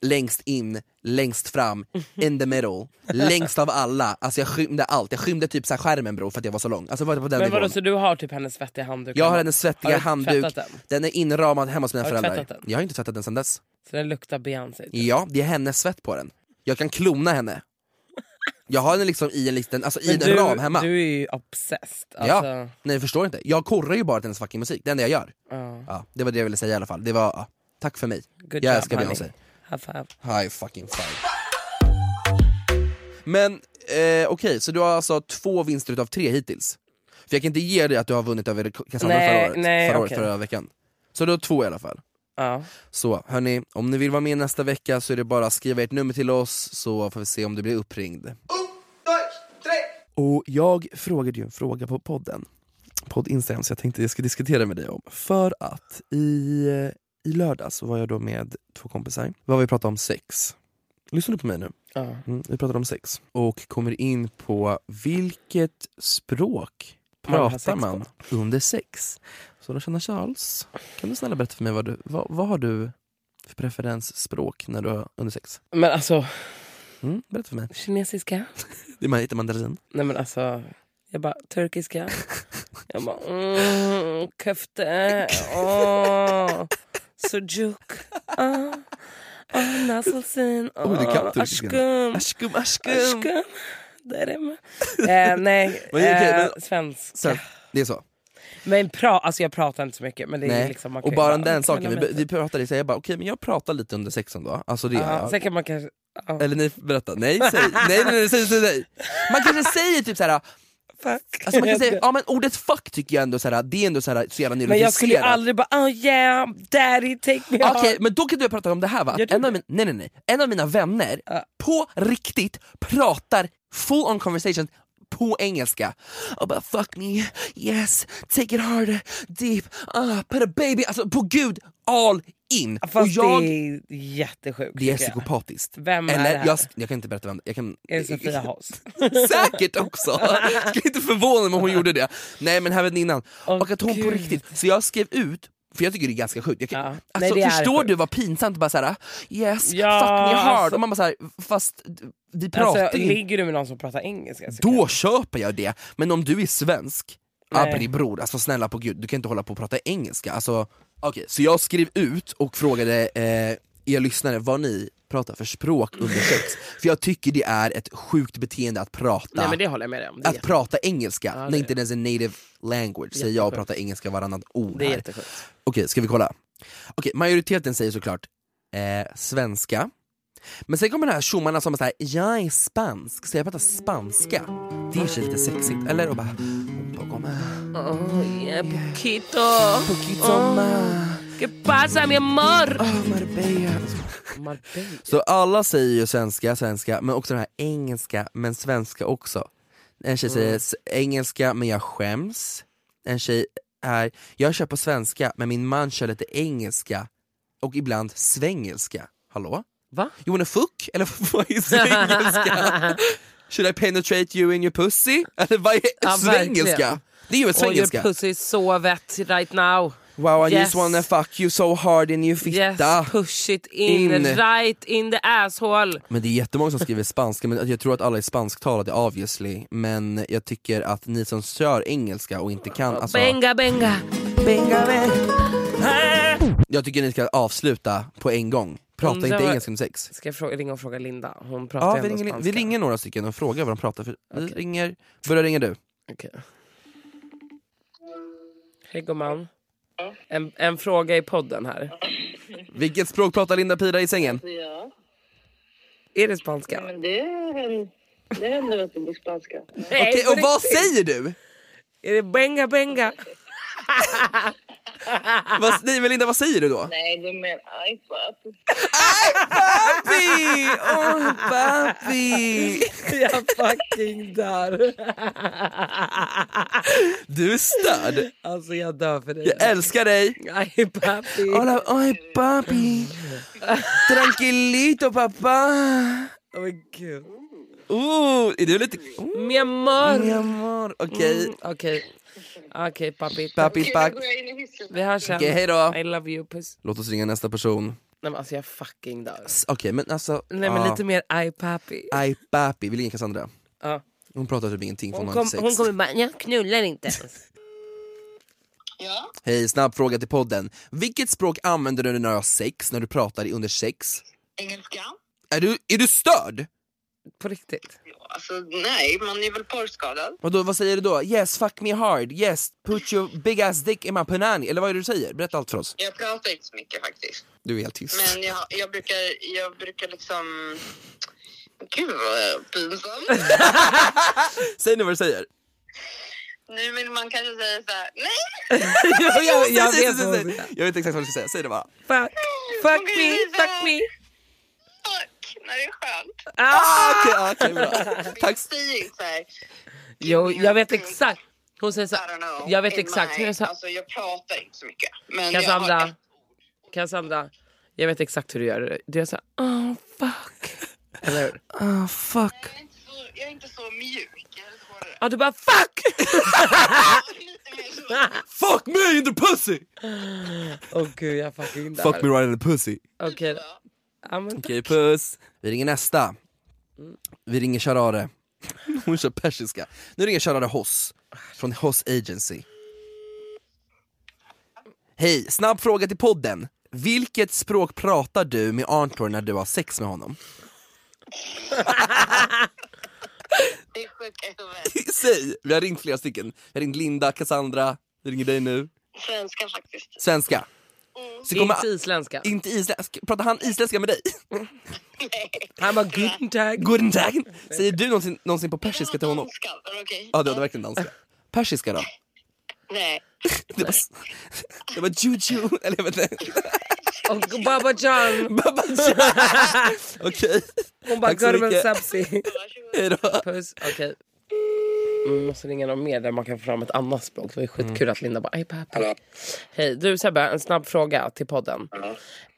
Speaker 3: längst in, längst fram,
Speaker 1: Mhm.
Speaker 3: in the middle, längst av alla. Alltså jag skymde allt, jag skymde typ så här skärmen bror för att jag var så lång. Alltså det var på den
Speaker 1: Men vadå
Speaker 3: nivån.
Speaker 1: så du har typ hennes svettiga handduk?
Speaker 3: Jag har
Speaker 1: hemma?
Speaker 3: hennes
Speaker 1: Har
Speaker 3: svettiga
Speaker 1: du
Speaker 3: handduk,
Speaker 1: tvättat den?
Speaker 3: den är inramad hemma hos mina
Speaker 1: Har du
Speaker 3: föräldrar.
Speaker 1: tvättat den?
Speaker 3: Jag har inte tvättat den sedan dess.
Speaker 1: Så den luktar Beyoncé? typ.
Speaker 3: Ja, det är hennes svett på den. Jag kan klona henne. Jag har henne liksom i en liten, alltså i
Speaker 1: Men
Speaker 3: en
Speaker 1: du,
Speaker 3: ram hemma.
Speaker 1: Du är ju obsessed. Alltså,
Speaker 3: Ja, nej jag förstår inte. Jag korrar ju bara till hennes fucking musik, det enda jag gör.
Speaker 1: Ja.
Speaker 3: Ja, det var det jag ville säga i alla fall. Det var, ja, tack för mig.
Speaker 1: Good
Speaker 3: jag
Speaker 1: job,
Speaker 3: älskar
Speaker 1: honey.
Speaker 3: Beyoncé.
Speaker 1: High five.
Speaker 3: High fucking five. Men eh, okej, så du har alltså två vinster utav tre hittills? För jag kan inte ge dig att du har vunnit över Cassandra
Speaker 1: Nej,
Speaker 3: förra året,
Speaker 1: nej,
Speaker 3: förra, året
Speaker 1: okej.
Speaker 3: förra veckan. Så du har två i alla fall.
Speaker 1: Ja.
Speaker 3: Så hörni, om ni vill vara med nästa vecka så är det bara att skriva ert nummer till oss så får vi se om du blir uppringd. Och jag frågade ju en fråga på podden, podd Instagram, så jag tänkte jag ska diskutera med dig om. För att i, i lördags så var jag då med två kompisar. Vad vi pratade om sex. Lyssnar du på mig nu?
Speaker 1: Ja.
Speaker 3: Mm, vi pratade om sex. Och kommer in på vilket språk
Speaker 1: Man har
Speaker 3: pratar
Speaker 1: sex
Speaker 3: man under sex? Så då känner Charles, kan du snälla berätta för mig vad du, vad, vad har du för preferensspråk när du har under sex?
Speaker 1: Men alltså,
Speaker 3: Mm, berätta för mig.
Speaker 1: kinesiska?
Speaker 3: Det man hittar mandarin.
Speaker 1: Nej men alltså, jag bara
Speaker 3: <laughs>
Speaker 1: turkiska. Jag bara mm, köfte, åh, sujuk, ah, ah, naselsin, ah,
Speaker 3: Oj, Oh, du kan turkiska.
Speaker 1: ashkum,
Speaker 3: Ashkum, ashkum!
Speaker 1: ashkum.
Speaker 3: <laughs>
Speaker 1: Där är man. eh, nej,
Speaker 3: Men det är okej,
Speaker 1: eh,
Speaker 3: men-
Speaker 1: svensk.
Speaker 3: Så, det är så.
Speaker 1: Men pra, alltså jag pratar inte så mycket. Men det är
Speaker 3: Nej.
Speaker 1: liksom, man
Speaker 3: och
Speaker 1: kan ju
Speaker 3: bara
Speaker 1: bara
Speaker 3: den saken, vi,
Speaker 1: knulla
Speaker 3: vi pratade, så jag bara okej men jag pratar lite under sexen då, alltså det
Speaker 1: mig.
Speaker 3: gör
Speaker 1: Ja,
Speaker 3: jag.
Speaker 1: Sen kan man kanske... ja.
Speaker 3: Eller nej, berätta, nej, säg, nej, nej, nej, säg, säg, nej. Man kanske säger typ såhär, alltså man kan säga, ja men ordet fuck tycker jag ändå såhär, det är ändå såhär, så jävla
Speaker 1: Men jag skulle ju
Speaker 3: neurologiserat.
Speaker 1: aldrig bara oh yeah daddy take me
Speaker 3: Okej,
Speaker 1: home.
Speaker 3: men då kan du prata om det här va?
Speaker 1: Jag
Speaker 3: Att
Speaker 1: tror
Speaker 3: en av, min, nej, nej, nej. en av mina vänner på riktigt pratar full on conversation på engelska. Och bara fuck me, yes, take it harder, deep, ah, put a baby, alltså på gud, all in. och
Speaker 1: Fast
Speaker 3: jag,
Speaker 1: det är jättesjukt.
Speaker 3: det är
Speaker 1: tycker jag.
Speaker 3: psykopatiskt.
Speaker 1: Vem är
Speaker 3: Eller,
Speaker 1: det här?
Speaker 3: jag, jag kan inte berätta vem det jag kan,
Speaker 1: Är det Sofia Haas?
Speaker 3: Säkert
Speaker 1: <laughs>
Speaker 3: också! Jag skulle inte förvåna mig om hon gjorde det. Nej men härarinnan.
Speaker 1: Åh,
Speaker 3: och att hon på
Speaker 1: Gud.
Speaker 3: riktigt, så jag skrev ut för jag tycker det är ganska sjukt. Jag kan,
Speaker 1: Ja. Nej,
Speaker 3: alltså,
Speaker 1: det är
Speaker 3: förstår
Speaker 1: sjukt.
Speaker 3: du vad pinsamt? Bara såhär, yes,
Speaker 1: Ja,
Speaker 3: fuck me hard.
Speaker 1: alltså-
Speaker 3: och man bara såhär, fast vi pratar
Speaker 1: Alltså,
Speaker 3: ju
Speaker 1: ligger du med någon som pratar engelska? så
Speaker 3: Då
Speaker 1: kan-
Speaker 3: köper jag det. Men om du är svensk,
Speaker 1: Nej.
Speaker 3: abri bror, alltså snälla på gud, du kan inte hålla på och prata engelska. Alltså, okej, Så jag skrev ut och frågade eh, er lyssnare vad ni pratar för språk under sex. för jag tycker det är ett sjukt beteende att prata
Speaker 1: Nej men det håller jag med dig om. Det är,
Speaker 3: att
Speaker 1: jätte-
Speaker 3: prata engelska
Speaker 1: Ja, det
Speaker 3: när
Speaker 1: är
Speaker 3: inte ens är native language säger jag och pratar engelska varannat ord.
Speaker 1: det är
Speaker 3: här.
Speaker 1: jättesjukt.
Speaker 3: Okej, ska vi kolla? Okej, majoriteten säger såklart eh, svenska. Men sen kommer de här tjommarna som är såhär, jag är spansk så jag pratar spanska. Det är i och för sig lite sexigt, eller? Och bara, "Un poco más,
Speaker 1: Oh, yeah, poquito.
Speaker 3: poquito más,
Speaker 1: Que pasa mi amor?
Speaker 3: oh, Marbella.
Speaker 1: Marbella.
Speaker 3: Så alla säger ju svenska, svenska, men också den här engelska, men svenska också. En tjej
Speaker 1: Mm.
Speaker 3: säger s- engelska, men jag skäms. En tjej är, jag kör på svenska, men min man kör lite engelska och ibland svengelska. Hallå?
Speaker 1: Va?
Speaker 3: You wanna fuck? Eller <laughs> vad är
Speaker 1: <laughs>
Speaker 3: svengelska? Should I penetrate you in your pussy? Eller vad är
Speaker 1: Ja,
Speaker 3: svengelska?
Speaker 1: verkligen.
Speaker 3: Det är ju
Speaker 1: Oh, your
Speaker 3: svengelska.
Speaker 1: pussy is so wet right now.
Speaker 3: Wow I
Speaker 1: Yes.
Speaker 3: just wanna fuck you so hard in your fitta.
Speaker 1: Yes, push it in,
Speaker 3: In.
Speaker 1: right in the asshole.
Speaker 3: Men det är jättemånga som skriver spanska, men jag tror att alla är spansktalade obviously Men jag tycker att ni som kör engelska och inte kan, alltså,
Speaker 1: Benga benga.
Speaker 3: jag tycker ni ska avsluta på en gång Prata
Speaker 1: Undrar
Speaker 3: inte
Speaker 1: vad-
Speaker 3: engelska under sex
Speaker 1: Ska jag fråga, ringa och fråga Linda? Hon pratar
Speaker 3: Ja,
Speaker 1: ju
Speaker 3: vi,
Speaker 1: ändå
Speaker 3: ringer, vi
Speaker 1: spanska.
Speaker 3: ringer några stycken och frågar vad de pratar för Vi ringer, börja ringa du
Speaker 1: Okej. Hej gumman. En, en fråga i podden här.
Speaker 3: Vilket språk pratar Linda Pira i sängen?
Speaker 1: Är det spanska?
Speaker 7: Det händer, det händer att det blir spanska.
Speaker 1: <laughs> Nej,
Speaker 3: Okej,
Speaker 1: på
Speaker 3: och vad
Speaker 1: riktigt.
Speaker 3: säger du?
Speaker 1: Är det benga benga?
Speaker 3: Vad, nej men Linda, vad säger du då?
Speaker 7: Nej, det menar jag inte.
Speaker 3: Papi! Oh, papi!
Speaker 1: <laughs> jag fucking dör. <laughs>
Speaker 3: Du är störd!
Speaker 1: Alltså jag dör för dig.
Speaker 3: Jag älskar dig!
Speaker 1: Nej pappi.
Speaker 3: Hola, ay papi. Tranquilito papá.
Speaker 1: Åh men gud.
Speaker 3: Ooh, är du lite... Ooh,
Speaker 1: Mi amor.
Speaker 3: uh, mi amor. Okej,
Speaker 1: Mm, Okej, Okej, pappi.
Speaker 3: papi pack.
Speaker 1: Vi hörs sen.
Speaker 3: Okej, hej då.
Speaker 1: I love you, puss.
Speaker 3: Låt oss ringa nästa person.
Speaker 1: Nej men alltså jag fucking dör. Ah.
Speaker 3: S- Okej, men alltså...
Speaker 1: Nej men
Speaker 3: ja.
Speaker 1: lite mer I pappi.
Speaker 3: Ay papi, vi ringer Cassandra.
Speaker 1: Ja.
Speaker 3: Hon pratar typ ingenting för hon,
Speaker 1: Hon,
Speaker 3: har
Speaker 1: kom,
Speaker 3: inte
Speaker 1: hon
Speaker 3: sex.
Speaker 1: kommer bara, jag knullar inte ens.
Speaker 3: Hej, snabb fråga till podden. Vilket språk använder du när du har sex, när du pratar i under sex?
Speaker 7: Engelska?
Speaker 3: Är du, är du störd?
Speaker 1: <laughs> På riktigt.
Speaker 7: Alltså, nej, man är väl porrskadad.
Speaker 3: Vadå, vad säger du då? Yes, fuck me hard. Yes, put your big ass dick in my punani. Eller vad är det du säger? Berätta allt för oss.
Speaker 7: Jag pratar inte så mycket faktiskt.
Speaker 3: Du är helt tyst.
Speaker 7: Men jag, jag, brukar, jag brukar liksom... Gud vad pinsamt.
Speaker 3: <laughs> Säg nu vad du säger.
Speaker 7: <laughs>
Speaker 3: <laughs>
Speaker 7: Nu vill man kanske säga så här, nej!
Speaker 3: <laughs>
Speaker 1: jag, jag, jag
Speaker 3: Säg,
Speaker 1: vet
Speaker 3: säg,
Speaker 1: vad
Speaker 3: säg, säg.
Speaker 1: hon säger.
Speaker 3: Jag vet exakt vad du ska säga, säg det bara.
Speaker 1: Fuck, fuck me, fuck me.
Speaker 7: Fuck, när det är skönt.
Speaker 3: Ah, okej, ah, okej, bra. Tack.
Speaker 7: Jag säger inte så här,
Speaker 1: Jo, jag vet exakt. Hon säger så
Speaker 7: I don't know.
Speaker 1: jag vet
Speaker 7: in
Speaker 1: exakt.
Speaker 7: my-
Speaker 1: Hur jag sa,
Speaker 7: Alltså, jag pratar inte så mycket. Men jag har
Speaker 1: Cassandra,
Speaker 7: ett
Speaker 1: Cassandra, jag vet exakt hur du gör det. Du gör såhär, oh fuck. Eller hur?
Speaker 3: Ah, fuck.
Speaker 7: Jag är inte så- Jag är inte så mjuk. Jag är hårdare.
Speaker 1: Ja, du bara fuck! <laughs>
Speaker 7: Ah! Lite mer så.
Speaker 3: Fuck me in the pussy!
Speaker 1: Åh gud, jag fucking dör.
Speaker 3: Fuck me right in the pussy.
Speaker 1: Okej då. Ja, men
Speaker 3: Okej, puss. Vi ringer nästa. Vi ringer Sharare. <laughs> Hon kör persiska. Nu ringer Sharare Hoss från Hoss Agency. Hej, snabb fråga till podden. Vilket språk pratar du med Arntor när du har sex med honom? <laughs>
Speaker 7: Det är sjukt. jag är så väl.
Speaker 3: Säg! Vi har ringt flera stycken. Vi har ringt Linda, Cassandra, vi ringer dig nu.
Speaker 7: Svenska faktiskt.
Speaker 3: Svenska. Så
Speaker 1: Mm. inte isländska.
Speaker 3: Inte isländska. Pratar han isländska med dig? <laughs>
Speaker 1: Han bara guten <laughs> tag.
Speaker 3: Guten tag! Säger du någonsin, någonsin på persiska till honom?
Speaker 7: Danska, men okej.
Speaker 3: Ja, du hade verkligen danska. Persiska då?
Speaker 7: Nej.
Speaker 3: <laughs> Det var, det var juju, eller jag vet inte.
Speaker 7: <laughs>
Speaker 1: Och <laughs> Baba John.
Speaker 3: Baba Jah. Okej.
Speaker 1: Hon bara
Speaker 3: Tack så
Speaker 1: gurmen
Speaker 3: mycket.
Speaker 1: sabzi.
Speaker 3: Hej då.
Speaker 1: Puss. Okej. Mm, måste ringa någon mer där man kan få fram ett annat språk. Det var ju skitkul att Linda bara, hej pappa. Hej, du Sebbe, en snabb fråga till podden.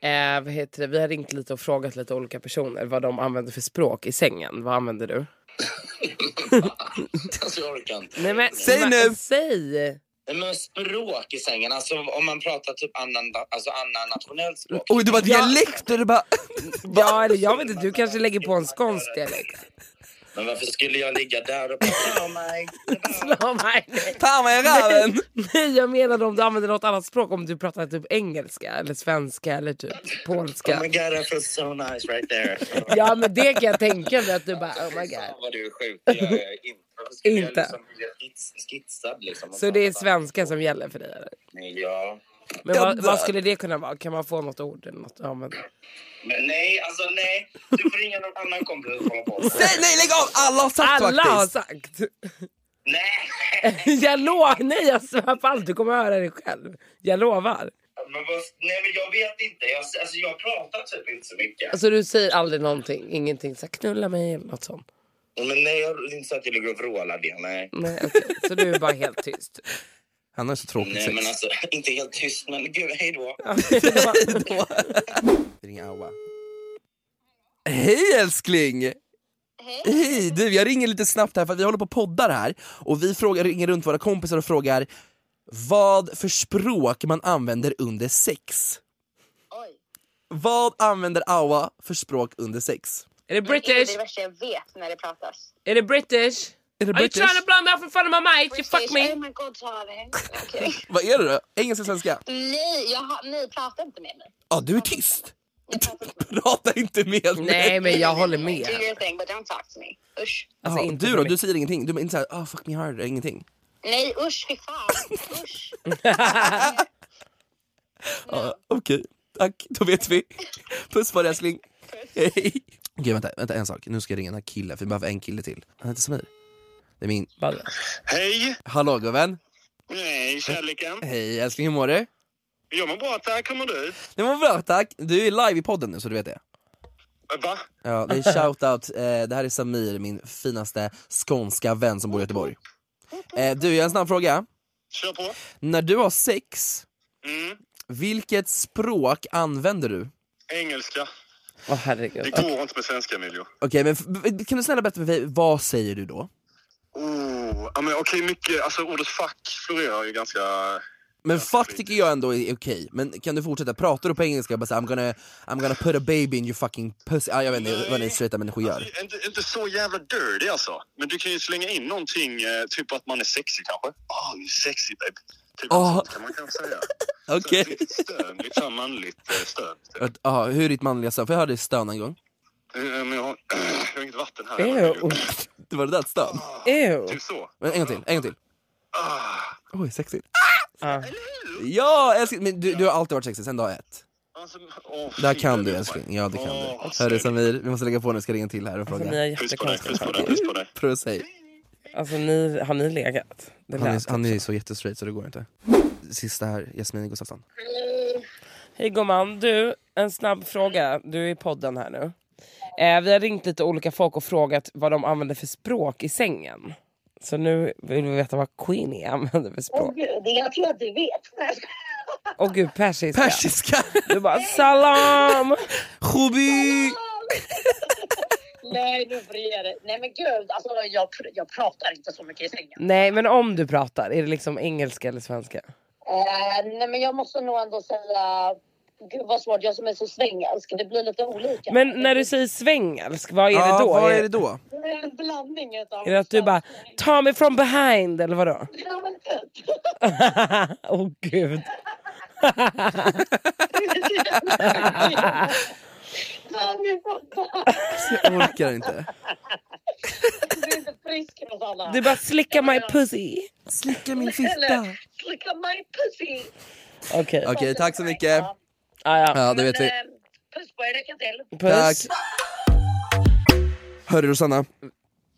Speaker 1: Eh, vad heter det? Vi har ringt lite och frågat lite olika personer vad de använder för språk i sängen. Vad använder du?
Speaker 8: Alltså jag orkar inte.
Speaker 1: Nej, men,
Speaker 3: Säg
Speaker 1: men-
Speaker 3: nu!
Speaker 1: Säg!
Speaker 8: Nej, Men språk i sängen, alltså om man pratar typ annan, alltså annan nationellt språk.
Speaker 3: Oj, du bara dialekt och du bara... <laughs>
Speaker 1: Ja, eller jag vet inte, du kanske lägger på en skånsk dialekt.
Speaker 8: Men varför skulle jag ligga där och prata
Speaker 7: Oh
Speaker 8: om mig?
Speaker 1: Slå mig ner.
Speaker 3: Fan vad jag röven!
Speaker 1: Nej, jag menade om du använder något annat språk. Om du pratar typ engelska eller svenska eller typ
Speaker 8: Oh
Speaker 1: polska.
Speaker 8: my god, I feel so nice right there.
Speaker 1: Ja, men det kan jag tänka mig att du bara, oh my
Speaker 8: Fan
Speaker 1: god.
Speaker 8: vad du är sjuk, det gör jag inte. Varför skulle jag
Speaker 1: Inte.
Speaker 8: liksom bli skits- skitsad liksom?
Speaker 1: Så det är svenska som gäller för dig? Eller?
Speaker 8: Nej, Ja.
Speaker 1: Men vad, vad skulle det kunna vara? Kan man få något ord eller något? Ja, men...
Speaker 8: Men nej, alltså nej. Du får ringa någon annan kompis och hålla på.
Speaker 3: Nej, nej lägg av! Alla har sagt
Speaker 1: Alla har
Speaker 3: faktiskt.
Speaker 1: sagt!
Speaker 8: Nej!
Speaker 1: <laughs> Jag lovar! Nej, alltså, jag svär på allt. Du kommer höra det själv. Jag lovar.
Speaker 8: Men vad, nej men jag vet inte. Jag, alltså, jag pratar typ inte så mycket.
Speaker 1: Alltså du säger aldrig någonting, ingenting så här, knulla mig eller något sånt.
Speaker 8: Men nej, jag det är inte så att jag ligger och vrålar det. Nej.
Speaker 1: Nej, okej. Så du är bara helt <laughs> tyst.
Speaker 3: Han har så tråkigt
Speaker 8: Nej
Speaker 3: sex.
Speaker 8: men alltså <laughs> inte helt tyst men gud hej då.
Speaker 3: Ring Awa. Hej älskling! Hej! Du, jag ringer lite snabbt här för att vi håller på och poddar här och vi frågar, ringer runt våra kompisar och frågar vad för språk man använder under sex.
Speaker 4: Oj.
Speaker 3: Vad använder Awa för språk under sex?
Speaker 1: Är det
Speaker 4: Det är det
Speaker 1: British?
Speaker 4: värsta jag vet när det pratas.
Speaker 1: Är det British?
Speaker 3: Är det
Speaker 1: Are you
Speaker 3: British?
Speaker 1: trying to blow me off in front of my mate? You fuck
Speaker 4: British,
Speaker 1: me?
Speaker 4: Oh my god, Charlie. Okej. <laughs>
Speaker 3: Vad är det då? Engelska, svenska?
Speaker 4: Nej, jag har, ni pratar inte med mig.
Speaker 3: Ja, du är tyst! <laughs> Prata inte med mig!
Speaker 1: Nej men jag håller med.
Speaker 4: Do your thing but don't talk to me. Usch.
Speaker 1: Alltså,
Speaker 3: ja,
Speaker 1: inte
Speaker 3: du
Speaker 1: för
Speaker 3: då?
Speaker 1: mig.
Speaker 3: Du säger ingenting? Du är inte såhär oh, fuck me hard, ingenting?
Speaker 4: Nej usch, fy fan. Usch.
Speaker 3: Ja, Okej, tack. Då vet vi. Puss på dig älskling. Hej. Okej, vänta, vänta en sak. Nu ska jag ringa den här killen, för vi behöver en kille till. Han heter Samir. Det är min...
Speaker 1: Vadå?
Speaker 8: Hej!
Speaker 3: Hallå gubben.
Speaker 8: Nej kärleken.
Speaker 3: Hej älskling, hur mår du?
Speaker 8: Jag mår bra tack, hur mår du?
Speaker 3: Det mår bra tack. Du är live i podden nu så du vet det.
Speaker 8: Äh, Va?
Speaker 3: Ja, det är shoutout. Eh, det här är Samir, min finaste skånska vän som bor i Göteborg. Eh, du, jag har en snabb fråga.
Speaker 8: Kör på.
Speaker 3: När du har sex,
Speaker 8: Mm.
Speaker 3: vilket språk använder du?
Speaker 8: Engelska.
Speaker 1: Åh herregud.
Speaker 8: går inte med svenska Emilio.
Speaker 3: Okej, men f- kan du snälla berätta för mig, vad säger du då?
Speaker 8: Oh, ja, men okej mycket, alltså ordet fuck florerar ju ganska...
Speaker 3: Men fuck tycker jag ändå är okej, men kan du fortsätta? Pratar du på engelska? Bara så, här, I'm, gonna, I'm gonna put a baby in your fucking pussy. Ah, jag vet inte vad ni straighta människor gör.
Speaker 8: Inte, inte så jävla dirty alltså. Men du kan ju slänga in någonting, eh, typ att man är sexig kanske. Ah, oh, sexy babe. Typ
Speaker 3: Ah.
Speaker 8: sånt kan man
Speaker 3: <laughs>
Speaker 8: kanske säga.
Speaker 3: Okej.
Speaker 8: Så Lite stön, lite så här manligt eh, stön.
Speaker 3: Att, ah, hur är ditt manliga stön? Får jag höra dig stöna en gång?
Speaker 8: Eh, Men jag har, <clears throat> jag har inget vatten här.
Speaker 1: Ew.
Speaker 3: Det var det där ett stön?
Speaker 1: Ew.
Speaker 8: Typ så.
Speaker 3: Men en gång till, en gång till.
Speaker 8: Ah.
Speaker 3: Oj, sexigt.
Speaker 1: Ah.
Speaker 3: Ja, älskling! Men du, du har alltid varit sexig sen dag ett.
Speaker 8: Alltså, åh,
Speaker 3: Där
Speaker 8: fy,
Speaker 3: kan du
Speaker 8: är
Speaker 3: älskling, ja det kan
Speaker 8: Åh,
Speaker 3: du. Hörru Samir, vi måste lägga på nu, ska ringa till här och
Speaker 1: Alltså, ni har
Speaker 3: fråga.
Speaker 8: Puss på dig,
Speaker 1: jättekonstiga
Speaker 8: puss på dig,
Speaker 1: tankar.
Speaker 8: puss på dig.
Speaker 3: Puss, hej.
Speaker 1: Alltså ni, har ni legat? Det
Speaker 3: Han
Speaker 1: lät
Speaker 3: är, han
Speaker 1: också.
Speaker 3: är så jättestraight så det går inte. Sista här, Jasmin Gustafsson.
Speaker 1: Hej gumman, du en snabb fråga. Du är i podden här nu. Eh, vi har ringt lite olika folk och frågat vad de använder för språk i sängen. Så nu vill vi veta vad Queenie använder för språk.
Speaker 4: Gud, jag tror att du vet.
Speaker 1: Åh gud, persiska.
Speaker 3: Persiska!
Speaker 1: Du bara salam!
Speaker 3: Khobi!
Speaker 4: Nej, nu får du ge dig. Nej men gud, alltså, jag, pr- jag pratar inte så mycket i sängen.
Speaker 1: Nej men om du pratar, är det liksom engelska eller svenska?
Speaker 4: Eh, nej men jag måste nog ändå säga... Gud vad svårt, jag som är så svengelsk. Det blir lite olika.
Speaker 1: Men när du säger svengelsk, vad är
Speaker 3: Ja,
Speaker 1: det då?
Speaker 3: vad är det då?
Speaker 4: Det är en blandning utav...
Speaker 1: Är det att du bara ta mig from behind eller vadå?
Speaker 4: Ja, men typ. <laughs>
Speaker 1: Åh oh, gud.
Speaker 4: Ja, ni fattar.
Speaker 3: Jag orkar inte.
Speaker 4: Du är inte frisk Rosanna.
Speaker 1: Du bara slicka my pussy.
Speaker 3: Slicka min
Speaker 4: Eller, look at my pussy.
Speaker 1: Okej,
Speaker 3: Okej, tack så mycket.
Speaker 1: ah, ja.
Speaker 3: Ja, det vet vi.
Speaker 4: Eh, Puss på er, lycka till.
Speaker 3: Tack.
Speaker 1: puss.
Speaker 3: Hörru Rosanna,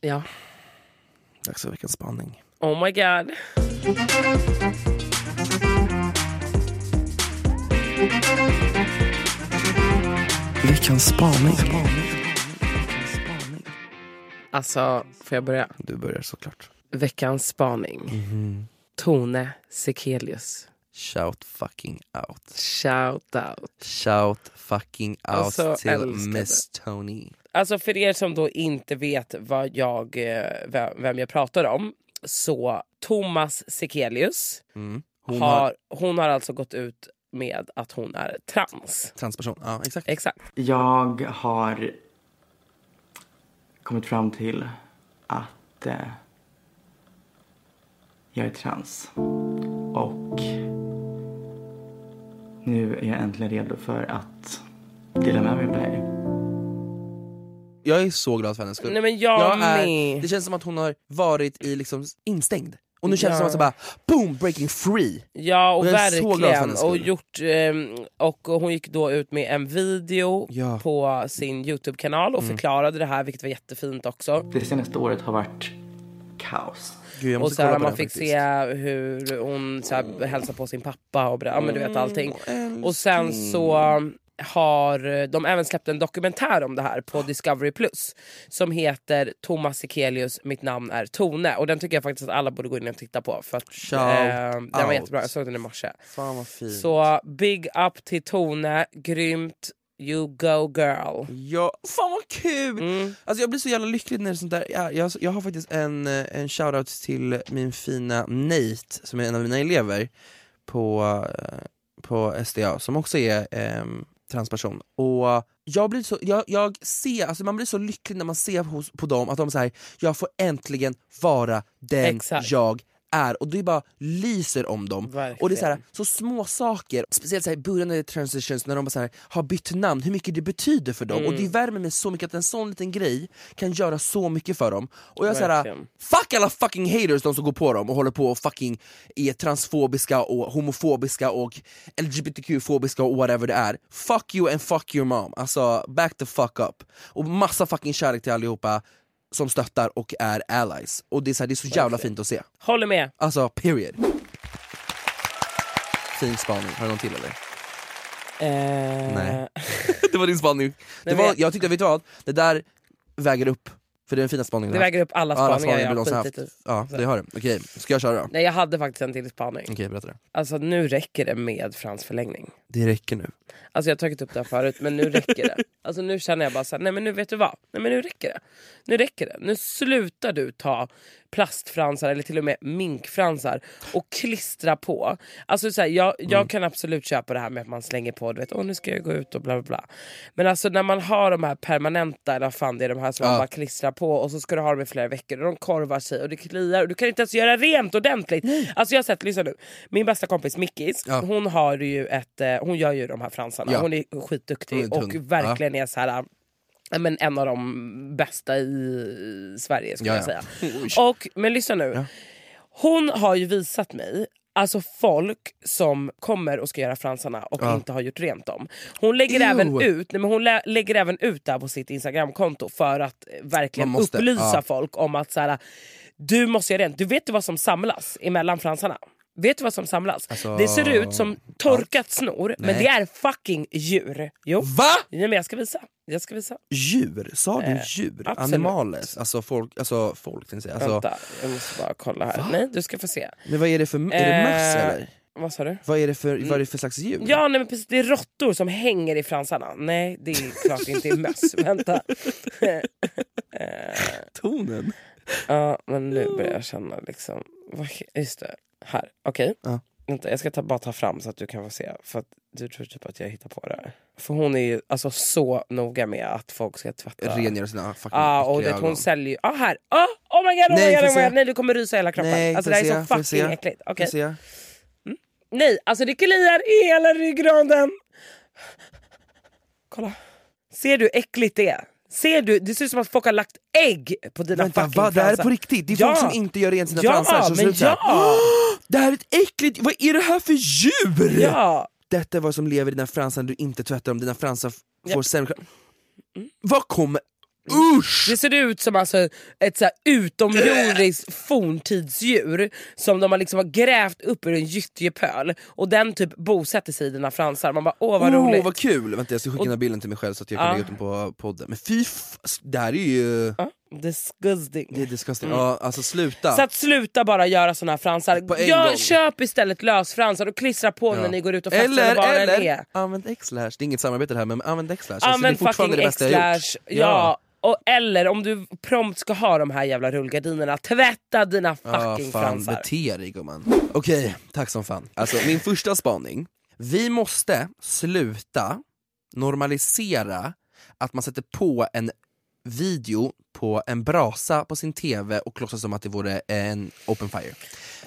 Speaker 1: Ja.
Speaker 3: dags för veckans spaning.
Speaker 1: Oh my god.
Speaker 3: Veckans spaning.
Speaker 1: Alltså, får jag börja?
Speaker 3: Du börjar såklart.
Speaker 1: Veckans spaning.
Speaker 3: Mhm.
Speaker 1: Tone Sekelius.
Speaker 3: Shout fucking out.
Speaker 1: Shout out.
Speaker 3: Shout fucking out
Speaker 1: Alltså,
Speaker 3: till
Speaker 1: älskade.
Speaker 3: Miss Tony.
Speaker 1: Alltså för er som då inte vet vad jag, eh, vem, vem jag pratar om. Så Thomas Sekelius
Speaker 3: Mm.
Speaker 1: hon
Speaker 3: Hon
Speaker 1: har,
Speaker 3: har
Speaker 1: hon har alltså gått ut med att hon är trans.
Speaker 3: transperson. Ja, exakt.
Speaker 1: Exakt.
Speaker 9: Jag har kommit fram till att eh, jag är trans. Och nu är jag äntligen redo för att dela med mig av det här.
Speaker 3: Jag är så glad för hennes skull.
Speaker 1: Nej, men jag
Speaker 3: är,
Speaker 1: med.
Speaker 3: det känns som att hon har varit i liksom instängd. Och nu känns det som
Speaker 1: Ja.
Speaker 3: att så bara, boom, breaking free!
Speaker 1: Ja och
Speaker 3: jag är så glad för
Speaker 1: verkligen.
Speaker 3: hennes
Speaker 1: Och,
Speaker 3: skull.
Speaker 1: gjort, ehm, och hon gick då ut med en video
Speaker 9: Ja.
Speaker 1: på sin Youtube-kanal och
Speaker 9: Mm.
Speaker 1: förklarade det här vilket var jättefint också.
Speaker 9: Det senaste året har varit kaos.
Speaker 3: Gud,
Speaker 1: och så här, man fick se hur hon så här, hälsar på sin pappa och bra, ja, men du
Speaker 3: Mm,
Speaker 1: vet allting. Och sen så har de även släppt en dokumentär om det här på Discovery Plus som heter Thomas Sekelius, mitt namn är Tone. Och den tycker jag faktiskt att alla borde gå in och titta på för att
Speaker 3: Shout
Speaker 1: eh, den var
Speaker 3: out.
Speaker 1: jättebra. Jag såg den i morse.
Speaker 3: Fan vad fint.
Speaker 1: Så big up till Tone, grymt. You go girl.
Speaker 3: Ja, fan vad kul!
Speaker 1: Mm.
Speaker 3: Alltså jag blir så jävla lycklig när det är sånt där, jag, jag, jag har faktiskt en, eh, en shoutout till min fina Nate som är en av mina elever på, eh, på SDA som också är ehm, transperson. Och jag blir så, jag, jag ser, alltså man blir så lycklig när man ser hos, på dem att de säger jag får äntligen vara den
Speaker 1: Exakt.
Speaker 3: jag är och det bara lyser om dem. Och det är så, här,
Speaker 1: Verkligen.
Speaker 3: så små saker, speciellt så här, i början av transitions när de bara så här, har bytt namn, hur mycket det betyder för dem.
Speaker 1: Mm.
Speaker 3: Och det värmer mig så mycket att en sån liten grej kan göra så mycket för dem. Och jag är så här,
Speaker 1: Verkligen.
Speaker 3: fuck alla fucking haters de som går på dem och håller på och fucking är transfobiska och homofobiska och LGBTQ-fobiska och whatever det är. Fuck you and fuck your mom. Alltså back the fuck up. Och massa fucking kärlek till allihopa som stöttar och är allies. Och det är så, här, det är så jävla
Speaker 1: Verkligen.
Speaker 3: fint att se.
Speaker 1: Håller med.
Speaker 3: Alltså, period. Fin spaning. Har du någon till eller? <laughs>
Speaker 1: Eh,
Speaker 3: Nej. det var din spaning. Det
Speaker 1: Nej,
Speaker 3: var,
Speaker 1: men-
Speaker 3: jag tyckte, vet du vad? Det där väger upp. För det är den finaste spaningen du
Speaker 1: Det
Speaker 3: har haft.
Speaker 1: väger upp alla spaningar jag
Speaker 3: du någonsin
Speaker 1: har skitit
Speaker 3: haft.
Speaker 1: i.
Speaker 3: Ja, det har du. Okej, ska jag köra då?
Speaker 1: <laughs> Nej jag hade faktiskt en till spaning.
Speaker 3: Okej, berätta det.
Speaker 1: Alltså nu räcker det med Frans förlängning.
Speaker 3: Det räcker nu.
Speaker 1: Alltså jag har tagit upp det här förut men nu räcker det. Alltså nu känner jag bara såhär, nej men nu vet du vad. Nej men nu räcker det. Nu räcker det. Nu slutar du ta plastfransar eller till och med minkfransar och klistra på. Alltså så här, jag, jag kan absolut köpa det här med att man slänger på, du vet, åh nu ska jag gå ut och bla bla bla. Men alltså när man har de här permanenta, eller vad fan det är, de här som man
Speaker 3: Ja.
Speaker 1: bara klistrar på och så ska du ha dem i flera veckor och de korvar sig och det kliar och du kan inte ens göra rent ordentligt. Alltså jag har sett, lyssna nu, min bästa kompis Mickis,
Speaker 3: Ja.
Speaker 1: hon, har ju ett, eh, hon gör ju de här fransarna,
Speaker 3: Ja.
Speaker 1: hon är skitduktig
Speaker 3: Hon är
Speaker 1: och
Speaker 3: tung.
Speaker 1: verkligen är så här äh, ja, men en av de bästa i Sverige skulle
Speaker 3: Ja,
Speaker 1: jag
Speaker 3: ja.
Speaker 1: säga. Och, men lyssna nu. Hon har ju visat mig Alltså folk som kommer och ska göra fransarna och
Speaker 3: Ja.
Speaker 1: inte har gjort rent dem. Hon lägger,
Speaker 3: Ew.
Speaker 1: även ut, nej men hon lä- lägger även ut det här på sitt instagramkonto för att eh, verkligen
Speaker 3: Man måste,
Speaker 1: upplysa
Speaker 3: ja.
Speaker 1: folk om att så här, du måste göra rent. Du vet du vad som samlas emellan fransarna? Vet du vad som samlas?
Speaker 3: Alltså-
Speaker 1: Det ser ut som torkat snor men
Speaker 3: Nej.
Speaker 1: det är fucking djur. Jo.
Speaker 3: Va?
Speaker 1: Nej, men jag ska visa. Jag ska visa.
Speaker 3: Djur? Sa du
Speaker 1: Eh,
Speaker 3: djur?
Speaker 1: absolut.
Speaker 3: Animales? Alltså folk, alltså folk tänkte jag säga. Alltså,
Speaker 1: Vänta, jag måste bara kolla här. Nej, du ska få se.
Speaker 3: men vad är det för, är det möss
Speaker 1: Eh,
Speaker 3: eller?
Speaker 1: Vad sa du?
Speaker 3: Vad är det för, vad är det för slags djur?
Speaker 1: Ja, nej, men precis, det är råttor som hänger i fransarna. Nej, det är klart inte
Speaker 3: <laughs>
Speaker 1: är möss. Vänta. <laughs> Eh,
Speaker 3: Tonen?
Speaker 1: Ja, men nu börjar jag känna liksom... vad- Just det, här. Okej.
Speaker 3: Ja.
Speaker 1: Vänta, jag ska ta, bara ta fram så att du kan få se. För att du tror typ att jag hittar på det här. För hon är ju alltså så noga med att folk ska tvätta.
Speaker 3: Rengör sina fucking
Speaker 1: Ja, och
Speaker 3: äckliga
Speaker 1: det, hon
Speaker 3: ögon.
Speaker 1: säljer ju... Ah, här! Ah, oh my god, oh
Speaker 3: Nej,
Speaker 1: my god,
Speaker 3: får
Speaker 1: oh my
Speaker 3: se.
Speaker 1: god. Nej, du kommer rysa i hela kroppen.
Speaker 3: Nej,
Speaker 1: alltså, det
Speaker 3: får
Speaker 1: här är
Speaker 3: se,
Speaker 1: så
Speaker 3: får se.
Speaker 1: fucking äckligt. Okej.
Speaker 3: Får se.
Speaker 1: Nej, alltså det kliar i hela ryggraden. Kolla. Ser du hur äckligt det är? Ser du? Det ser ut som att folk har lagt ägg på dina
Speaker 3: Vänta,
Speaker 1: fucking
Speaker 3: va? Det här är
Speaker 1: fransar.
Speaker 3: på riktigt? Det är folk som inte gör rent sina
Speaker 1: ja,
Speaker 3: fransar som
Speaker 1: men
Speaker 3: ser ut så här.
Speaker 1: ja.
Speaker 3: <gasps> Det här är ett äckligt, vad är det här för djur?
Speaker 1: ja!
Speaker 3: Detta är vad som lever i dina fransar när du inte tvättar dem, dina fransar f- får
Speaker 1: Ja.
Speaker 3: sämre Vad kommer... Usch!
Speaker 1: Det ser ut som alltså ett så här
Speaker 3: <laughs>
Speaker 1: utomjordiskt forntidsdjur som de har liksom har grävt upp ur en gyttjepöl och den typ bosätter sig i dina fransar. Man bara åh vad
Speaker 3: Åh,
Speaker 1: roligt.
Speaker 3: vad kul! Vänta jag ska skicka
Speaker 1: Och-
Speaker 3: den här bilden till mig själv så att jag kan
Speaker 1: Ja.
Speaker 3: lägga ut den på podden. Men fy f- det här är ju...
Speaker 1: Disgusting.
Speaker 3: Det är disgusting.
Speaker 1: Mm.
Speaker 3: Ja, alltså sluta.
Speaker 1: Så att sluta bara göra såna här fransar.
Speaker 3: På en gång.
Speaker 1: Jag, köp istället lösfransar och klistra på
Speaker 3: Ja.
Speaker 1: när ni går ut och festar eller,
Speaker 3: eller,
Speaker 1: vad
Speaker 3: eller
Speaker 1: det är.
Speaker 3: använd X-lash, det är inget samarbete det här men använd X-lash, alltså, det är
Speaker 1: Använd
Speaker 3: fortfarande
Speaker 1: fucking
Speaker 3: det bästa jag
Speaker 1: X-lash.
Speaker 3: gjort.
Speaker 1: Ja. Och, eller om du prompt ska ha de här jävla rullgardinerna, tvätta dina fucking
Speaker 3: Ja, Ah, fan,
Speaker 1: fransar.
Speaker 3: bete dig gumman. Okej, tack som fan. Alltså min första spaning, vi måste sluta normalisera att man sätter på en video på en brasa på sin TV och låtsas som att det vore en open fire.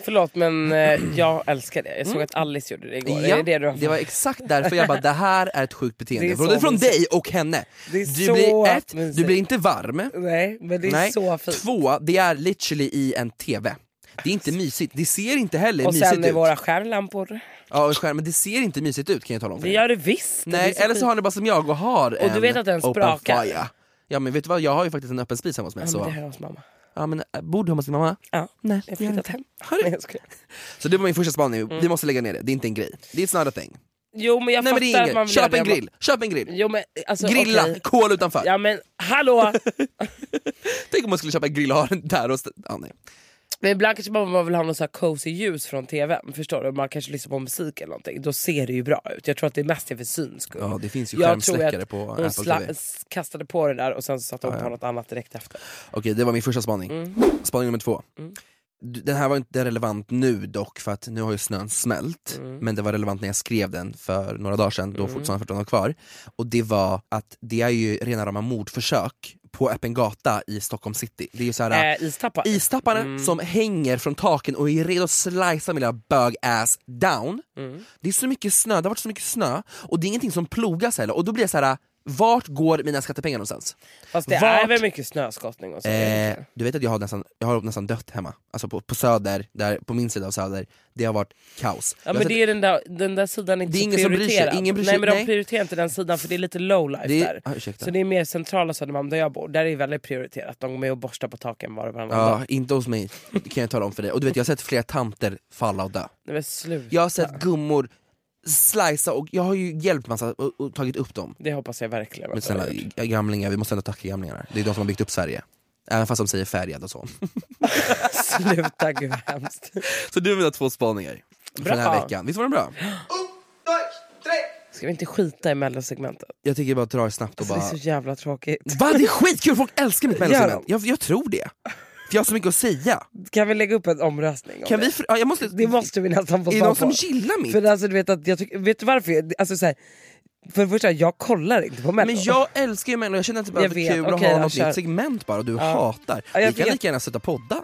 Speaker 1: Förlåt
Speaker 3: <clears throat>
Speaker 1: men eh, jag älskar det. Jag såg att Alice gjorde det igår.
Speaker 3: Mm. Ja,
Speaker 1: är det, det, du har
Speaker 3: det var exakt därför jag bara, det här är ett sjukt
Speaker 1: Det
Speaker 3: beteende.
Speaker 1: är
Speaker 3: Både
Speaker 1: så
Speaker 3: från
Speaker 1: mysigt.
Speaker 3: dig och henne.
Speaker 1: Det är
Speaker 3: Du
Speaker 1: så
Speaker 3: blir, ett, du
Speaker 1: mysigt.
Speaker 3: blir inte varm,
Speaker 1: Nej men det är
Speaker 3: Nej.
Speaker 1: så fint.
Speaker 3: två, det är literally i en TV. Det är inte mysigt, det ser inte heller
Speaker 1: Och sen
Speaker 3: mysigt
Speaker 1: är
Speaker 3: ut.
Speaker 1: våra stjärnlampor.
Speaker 3: Ja, och skärmen, det ser inte mysigt ut kan jag tala om för
Speaker 1: Det
Speaker 3: dig.
Speaker 1: gör det visst.
Speaker 3: Nej,
Speaker 1: det är
Speaker 3: eller så har
Speaker 1: fint.
Speaker 3: ni bara som jag och har
Speaker 1: Och
Speaker 3: en
Speaker 1: du vet att den
Speaker 3: open
Speaker 1: sprakar.
Speaker 3: fire. Ja men vet du vad, jag har ju faktiskt en öppen spis hemma hos mig.
Speaker 1: Ja, men
Speaker 3: så.
Speaker 1: det här är hos mamma.
Speaker 3: Ja, men, äh, bor du hemma hos din mamma?
Speaker 1: Ja,
Speaker 3: Nej,
Speaker 1: jag har
Speaker 3: det gör
Speaker 1: flyttat
Speaker 3: jag
Speaker 1: hem.
Speaker 3: Har du?
Speaker 1: Nej, jag skojar.
Speaker 3: Så det var min första spaning, vi måste lägga ner det, det är inte en grej. Det är snarare en thing.
Speaker 1: Jo men jag
Speaker 3: Nej men det
Speaker 1: fattar
Speaker 3: är ingen
Speaker 1: att
Speaker 3: grej,
Speaker 1: man vill
Speaker 3: köp
Speaker 1: göra
Speaker 3: en
Speaker 1: det. Jag bara-
Speaker 3: grill, köp en grill!
Speaker 1: Jo, men, alltså,
Speaker 3: Grilla,
Speaker 1: okej.
Speaker 3: kol utanför!
Speaker 1: Ja men hallå!
Speaker 3: Tänk om man skulle köpa en grill och ha den där och... st- Ja, nej.
Speaker 1: Men ibland kanske bara man vill ha något så här cozy ljus från tvn. Förstår du? Man kanske lyssnar på musik eller någonting. Då ser det ju bra ut. Jag tror att det är mest är för syns skull.
Speaker 3: ja det finns ju
Speaker 1: Jag tror
Speaker 3: skärmsläckare
Speaker 1: att
Speaker 3: på
Speaker 1: hon
Speaker 3: Apple
Speaker 1: sla-
Speaker 3: TV.
Speaker 1: s- kastade på det där och sen så satte hon på något annat direkt efter.
Speaker 3: Okej, det var min första spaning. Spaning nummer två. Du- Den här var inte relevant nu dock, för att nu har ju snön smält. Men det var relevant när jag skrev den för några dagar sedan, då fortfarande 14 dagar kvar. Och det var att det är ju rena rama mordförsök på öppen gata i Stockholm city. Det är ju så här,
Speaker 1: Äh, istappar.
Speaker 3: Istapparna som hänger från taken och är redo att slicea min lilla bög-ass down. Det är så mycket snö, det har varit så mycket snö och det är ingenting som plogas heller. Och då blir jag så här, vart går mina skattepengar någonstans?
Speaker 1: Fast det
Speaker 3: Vart-
Speaker 1: är väl mycket snöskottning och så.
Speaker 3: Eh, du vet att jag har nästan, jag har nästan dött hemma, alltså på, på söder, där, på min sida av söder, det har varit kaos. Jag
Speaker 1: Ja,
Speaker 3: har
Speaker 1: men
Speaker 3: sett-
Speaker 1: det är den där, den där sidan inte
Speaker 3: alltså, Det är
Speaker 1: så
Speaker 3: ingen som bryr sig.
Speaker 1: prioriterad.
Speaker 3: Ingen bryr sig.
Speaker 1: nej men de
Speaker 3: Nej.
Speaker 1: prioriterar inte den sidan för det är lite low life
Speaker 3: Det är-
Speaker 1: där.
Speaker 3: Ah, ursäkta.
Speaker 1: så det är mer centrala Södermalm där jag bor. Där är det väldigt prioriterat. De går med och borstar på taken var och varannan dag.
Speaker 3: Ja, inte hos mig, det kan jag tala om för dig. Och du vet jag har sett flera tanter falla och dö.
Speaker 1: Nej, men sluta.
Speaker 3: Jag har sett gummor slicea och jag har ju hjälpt massa och, och tagit upp dem.
Speaker 1: Det hoppas jag verkligen.
Speaker 3: Men
Speaker 1: att de har <laughs>
Speaker 3: snälla,
Speaker 1: gjort.
Speaker 3: gamlingar, vi måste ändå tacka gamlingarna. Det är de som har byggt upp Sverige. Även fast de säger färgad och
Speaker 1: <laughs>
Speaker 3: så.
Speaker 1: Sluta, gud vad hemskt.
Speaker 3: Så det var mina två spaningar för den här
Speaker 1: Bra.
Speaker 3: veckan. Visst var den bra?
Speaker 1: Ska vi inte skita i mellosegmentet?
Speaker 3: Jag tycker jag bara drar snabbt och
Speaker 1: Alltså,
Speaker 3: bara...
Speaker 1: det är så jävla tråkigt.
Speaker 3: Va? Det är skitkul, folk älskar mitt
Speaker 1: Gör
Speaker 3: mellosegment.
Speaker 1: de?
Speaker 3: Jag, jag tror det. För jag har så mycket att säga.
Speaker 1: Kan vi lägga upp en omröstning? om
Speaker 3: Kan
Speaker 1: det?
Speaker 3: vi... fr- Ja, jag måste...
Speaker 1: det måste vi nästan få
Speaker 3: Är det
Speaker 1: svar
Speaker 3: någon som
Speaker 1: på.
Speaker 3: gillar mitt?
Speaker 1: För alltså, du vet, att jag tycker, vet du varför? jag- Alltså, så här, för det första, jag kollar inte på mello.
Speaker 3: Men jag älskar ju mello, jag känner typ
Speaker 1: Jag
Speaker 3: att det är
Speaker 1: vet,
Speaker 3: kul att
Speaker 1: okej
Speaker 3: ha
Speaker 1: då,
Speaker 3: något
Speaker 1: kör.
Speaker 3: nytt segment bara och du hatar.
Speaker 1: Ja,
Speaker 3: Vi
Speaker 1: jag
Speaker 3: kan
Speaker 1: vet.
Speaker 3: lika gärna sluta podda.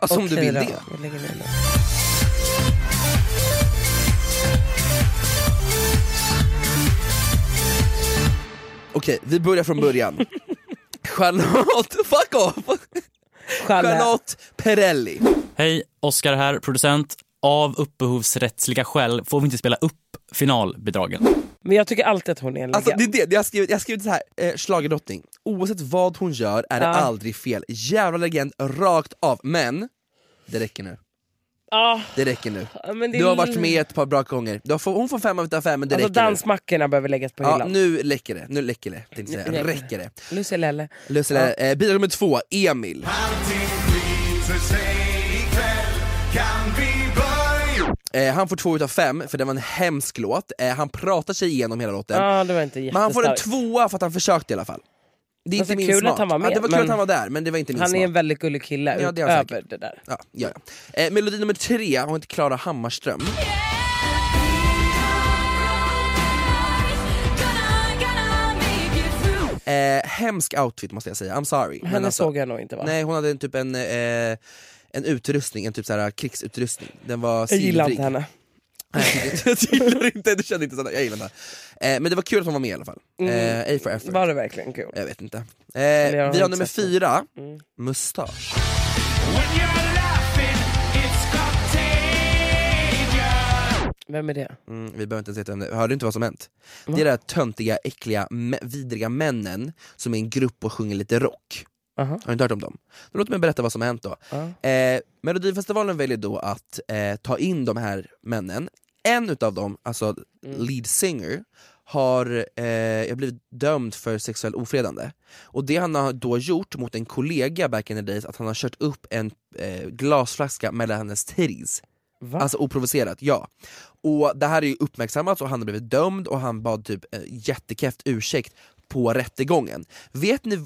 Speaker 3: Alltså om du
Speaker 1: Okej
Speaker 3: vill
Speaker 1: då,
Speaker 3: det.
Speaker 1: jag lägger ner den.
Speaker 3: Okej, vi börjar från
Speaker 1: <laughs>
Speaker 3: början. Charlotte, fuck off! Charlotte Perrelli.
Speaker 10: Hej, Oskar här, producent. Av upphovsrättsliga skäl får vi inte spela upp finalbidragen.
Speaker 1: Men jag tycker alltid att hon är en
Speaker 3: Alltså
Speaker 1: legend.
Speaker 3: det är det, jag har skrivit, jag har skrivit så här, eh, schlagerdrottning. Oavsett vad hon gör är det
Speaker 1: Ja.
Speaker 3: aldrig fel. Jävla legend rakt av. Men, det räcker nu.
Speaker 1: Ja,
Speaker 3: Det räcker nu.
Speaker 1: Ah, men det är
Speaker 3: Du har
Speaker 1: li-
Speaker 3: varit med ett par bra gånger. Du har få, hon får fem av fem, men det
Speaker 1: Alltså
Speaker 3: räcker nu.
Speaker 1: dansmackorna behöver läggas på
Speaker 3: Ja,
Speaker 1: hyllan.
Speaker 3: nu läcker det. Nu läcker det. Tänkte jag
Speaker 1: Nu
Speaker 3: säga.
Speaker 1: räcker
Speaker 3: Räcker det.
Speaker 1: Lucy Lelle.
Speaker 3: Lussele, eh, bidrag nummer två, Emil. Eh, han får två utav fem, för det var en hemsk låt. Eh, han pratar sig igenom hela låten.
Speaker 1: Ja, Ah, det var inte
Speaker 3: Men han
Speaker 1: jättestarkt.
Speaker 3: får en tvåa för att han försökte i alla fall. Det är
Speaker 1: Fast
Speaker 3: inte
Speaker 1: det är
Speaker 3: min
Speaker 1: kul
Speaker 3: smak.
Speaker 1: att han var med,
Speaker 3: ja, det var kul
Speaker 1: men-
Speaker 3: att han var där, men det var inte min
Speaker 1: Han
Speaker 3: smak.
Speaker 1: är en väldigt gullig kille
Speaker 3: Ja, det är han
Speaker 1: utöver
Speaker 3: säkert.
Speaker 1: det där.
Speaker 3: Ja, ja, ja. Eh, melodi nummer tre, hon heter Klara Hammarström. Eh, hemsk outfit måste jag säga, I'm sorry. Men
Speaker 1: Henne
Speaker 3: alltså-
Speaker 1: såg jag nog inte va?
Speaker 3: Nej hon hade en, typ en, eh, en utrustning, en typ så här krigsutrustning. Den var
Speaker 1: jag gillar
Speaker 3: silvrig.
Speaker 1: inte henne.
Speaker 3: Nej, <laughs> jag gillar inte, du kände inte sådär, jag gillar inte henne. eh, Men det var kul att hon var med i alla fall. Eh, A for effort.
Speaker 1: Mm. Var det verkligen kul?
Speaker 3: Jag vet inte. Eh,
Speaker 1: jag har
Speaker 3: vi har
Speaker 1: inte
Speaker 3: nummer
Speaker 1: sett Mm. den.
Speaker 3: fyra, mustasch.
Speaker 1: Vem är det?
Speaker 3: Mm, vi behöver inte ens veta vem det är. Hörde du inte vad som hänt? Det är de där töntiga, äckliga, mä- vidriga männen som är en grupp och sjunger lite rock.
Speaker 1: Aha.
Speaker 3: Har du inte hört om dem? Då låt mig berätta vad som har hänt då. Eh, Melodifestivalen väljer då att eh, ta in de här männen. En utav dem, alltså lead singer, har eh, jag blivit dömd för sexuell ofredande. Och det han har då gjort mot en kollega back in the days, att han har kört upp en eh, glasflaska mellan hennes titties. Alltså oprovocerat, ja. Och det här är ju uppmärksammat och han har blivit dömd och han bad typ eh, jättekräft ursäkt på rättegången. Vet ni